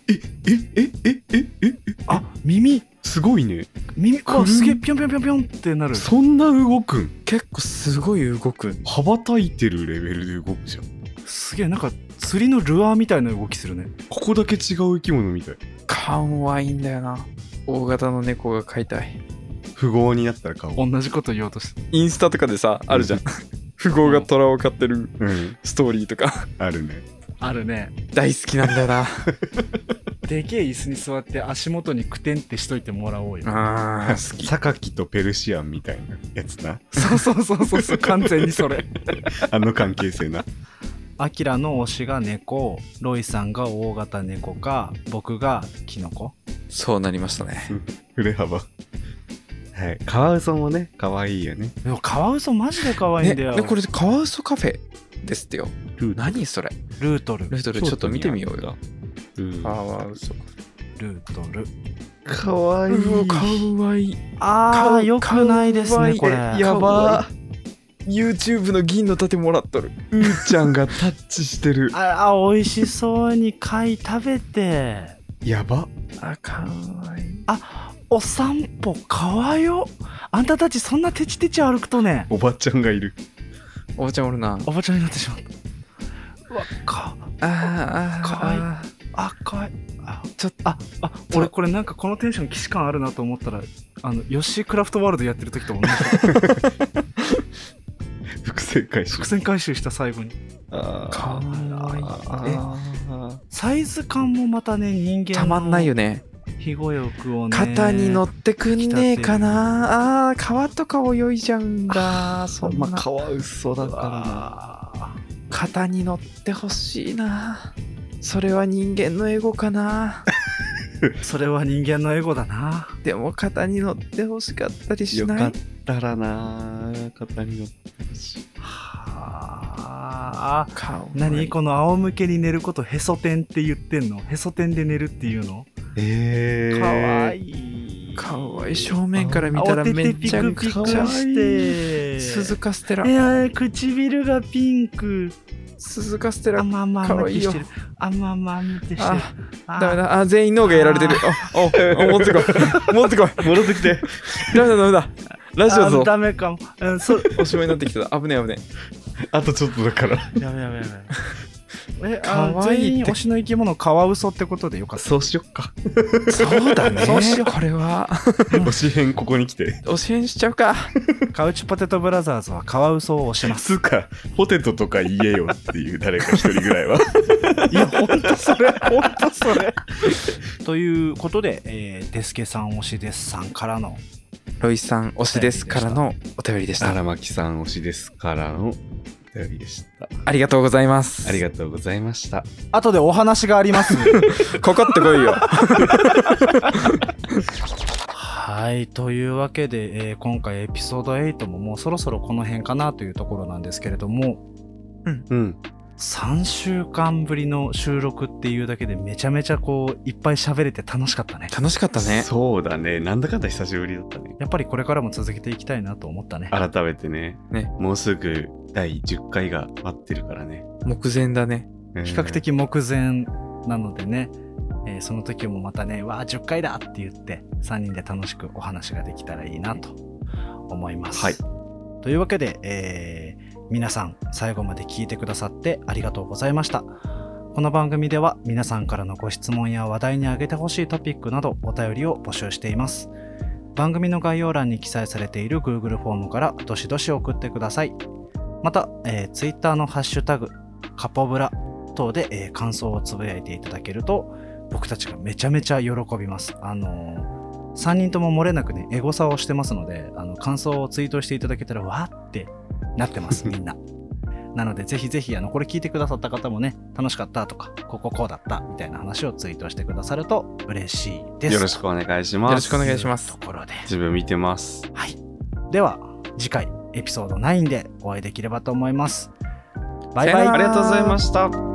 [SPEAKER 3] え、え、え、え、え、え、え、
[SPEAKER 1] あ耳
[SPEAKER 3] すごいね。
[SPEAKER 1] 耳
[SPEAKER 3] くる
[SPEAKER 1] あすげえピョンピョンピョンピョンってなる
[SPEAKER 3] そんな動くん。
[SPEAKER 2] 結構すごい動くん
[SPEAKER 3] 羽ばたいてるレベルで動くじゃん。
[SPEAKER 1] すげえなんか釣りのルアーみたいな動きするね
[SPEAKER 3] ここだけ違う生き物みたい。
[SPEAKER 2] 可愛いんだよな大型の猫が飼いたい
[SPEAKER 3] 不合になったら顔。
[SPEAKER 1] 同じこと言おうとして
[SPEAKER 2] インスタとかでさあるじゃん富豪が虎を飼ってる
[SPEAKER 3] うん、
[SPEAKER 2] ストーリーとか
[SPEAKER 3] あるね。
[SPEAKER 1] あるね
[SPEAKER 2] 大好きなんだよな
[SPEAKER 1] でけえ椅子に座って足元にクテンってしといてもらおうよ
[SPEAKER 2] あー好き
[SPEAKER 3] 榊とペルシアンみたいなやつな。
[SPEAKER 1] そうそうそうそうそう完全にそれ
[SPEAKER 3] あの関係性な。
[SPEAKER 1] アキラの推しが猫ロイさんが大型猫か僕がキノコ
[SPEAKER 2] そうなりましたね
[SPEAKER 3] 振れ幅。はい。カワウソもね、可愛いよね。
[SPEAKER 1] でもカワウソマジで可愛い
[SPEAKER 2] ね
[SPEAKER 1] んだよ、
[SPEAKER 2] でこれカワウソカフェですってよ
[SPEAKER 3] ルー
[SPEAKER 2] 何それ
[SPEAKER 1] ルートル
[SPEAKER 2] ルートルちょっと見てみようよ
[SPEAKER 3] ト。ル
[SPEAKER 2] カ
[SPEAKER 3] ー
[SPEAKER 2] ワウソ
[SPEAKER 1] ルートル
[SPEAKER 3] かわいい。
[SPEAKER 2] かわいい
[SPEAKER 1] あ
[SPEAKER 2] か
[SPEAKER 1] あよくないですねこれ
[SPEAKER 2] かわいい
[SPEAKER 1] や
[SPEAKER 2] や
[SPEAKER 3] ば
[SPEAKER 2] ば YouTube の銀の盾もらっとる
[SPEAKER 3] うーちゃんがタッチしてる。
[SPEAKER 1] ああ美味しそうに貝食べて
[SPEAKER 3] やば。
[SPEAKER 2] あかわいい
[SPEAKER 1] お散歩かわよあんたたちそんなてちてち歩くとね
[SPEAKER 3] おばちゃんがいる。
[SPEAKER 2] おばちゃんおるな
[SPEAKER 1] おばちゃんになってしまったうわか
[SPEAKER 2] あーあ
[SPEAKER 1] かわいい
[SPEAKER 2] い
[SPEAKER 1] あかいあ
[SPEAKER 2] ちょっと
[SPEAKER 1] ああ俺これなんかこのテンション既視感あるなと思ったらあのヨッシークラフトワールドやってる時と 同じ
[SPEAKER 3] 伏線回収
[SPEAKER 1] 伏。線回収した最後に
[SPEAKER 3] あー
[SPEAKER 2] かわいい
[SPEAKER 3] あー
[SPEAKER 1] サイズ感もまたね人間の
[SPEAKER 2] たまんないよね
[SPEAKER 1] 肥後欲をね
[SPEAKER 2] 肩に乗ってくんねえかなあー川とか泳いじゃうんだそんな
[SPEAKER 3] カワウソだ
[SPEAKER 1] あ
[SPEAKER 2] 肩に乗ってほしいなそれは人間のエゴかな
[SPEAKER 1] ーそれは人間のエゴだな
[SPEAKER 2] でも肩に乗ってほしかったりし
[SPEAKER 3] よ
[SPEAKER 2] ない
[SPEAKER 3] かったらな肩に乗ってほしい。
[SPEAKER 1] はあ
[SPEAKER 2] かわいい
[SPEAKER 1] 何この仰向けに寝ることへそ天って言ってんのへそ天で寝るっていうの
[SPEAKER 3] えー。
[SPEAKER 1] かわいい。
[SPEAKER 2] かわいい正面から見たらめっちゃく
[SPEAKER 1] あおててピクピク
[SPEAKER 2] ちゃ
[SPEAKER 1] して。
[SPEAKER 2] 鈴鹿ステラ
[SPEAKER 1] いや唇がピンク。
[SPEAKER 2] 鈴鹿ステ
[SPEAKER 1] あ
[SPEAKER 2] ラ
[SPEAKER 1] まあまあ
[SPEAKER 2] か
[SPEAKER 1] ま
[SPEAKER 2] わ
[SPEAKER 1] あ
[SPEAKER 2] いいよ
[SPEAKER 1] してる。あまあまあまあしてる。
[SPEAKER 2] あ
[SPEAKER 1] あ
[SPEAKER 2] ダメだあ全員脳がやられてるあおお持ってこい持ってこい
[SPEAKER 3] 戻ってきて。
[SPEAKER 2] ダメだダメだラジオだ
[SPEAKER 1] あ
[SPEAKER 2] ぞ
[SPEAKER 1] ダメかも。うん そ
[SPEAKER 2] おしまいになってきた危ねえ危ね
[SPEAKER 3] あとちょっとだから。
[SPEAKER 1] やめやめやめ。 え、
[SPEAKER 2] か
[SPEAKER 1] あ
[SPEAKER 2] わいいって
[SPEAKER 1] 全員推しの生き物カワウソってことでよかった。
[SPEAKER 3] そうしよっか。
[SPEAKER 2] えそうだね
[SPEAKER 1] そうしよう
[SPEAKER 2] これは
[SPEAKER 3] 推し編ここに来て。
[SPEAKER 2] お支援しちゃうか
[SPEAKER 1] カウチポテトブラザーズはカワウソを推してます。
[SPEAKER 3] つうか、ポテトとか言えよっていう誰か一人ぐらいは。
[SPEAKER 1] いや本当それ本当それ。ということで、えー、デスケさん推しですさんからの
[SPEAKER 2] ロイさん推しですからのお便りでした
[SPEAKER 3] 荒牧さん推しですからのお便りでした。
[SPEAKER 2] ありがとうございます
[SPEAKER 3] ありがとうございました。
[SPEAKER 1] 後でお話があります。
[SPEAKER 2] かかってこいよ
[SPEAKER 1] はいというわけで、えー今回エピソード8ももうそろそろこの辺かなというところなんですけれども
[SPEAKER 3] うん。
[SPEAKER 1] 3週間ぶりの収録っていうだけでめちゃめちゃこういっぱい喋れて楽しかったね
[SPEAKER 2] 楽しかったね
[SPEAKER 3] そうだね。なんだかんだ久しぶりだったね。
[SPEAKER 1] やっぱりこれからも続けていきたいなと思ったね
[SPEAKER 3] 改めてね。
[SPEAKER 2] ね
[SPEAKER 3] もうすぐ第10回が待ってるからね。
[SPEAKER 2] 目前だね
[SPEAKER 1] 比較的目前なのでね、えーその時もまたねわあ10回だって言って3人で楽しくお話ができたらいいなと思います、
[SPEAKER 3] はい
[SPEAKER 1] というわけで、えー皆さん最後まで聞いてくださってありがとうございましたこの番組では皆さんからのご質問や話題に挙げてほしいトピックなどお便りを募集しています番組の概要欄に記載されている Google フォームからどしどし送ってくださいまた、えー Twitter のハッシュタグカポブラ等で、えー感想をつぶやいていただけると僕たちがめちゃめちゃ喜びます。あのー、3人とも漏れなくね、エゴサをしてますので、あの感想をツイートしていただけたら、わーってなって ます、みんな。なので、ぜひぜひ、あの、これ聞いてくださった方もね、楽しかったとか、こここうだった、みたいな話をツイートしてくださると嬉しいです。
[SPEAKER 3] よろしくお願いします。
[SPEAKER 2] よろしくお願いします
[SPEAKER 1] ところで。
[SPEAKER 3] 自分見てます。
[SPEAKER 1] はい。では、次回、エピソード9でお会いできればと思います。バイバイ。
[SPEAKER 2] さよなら
[SPEAKER 3] ありがとうございました。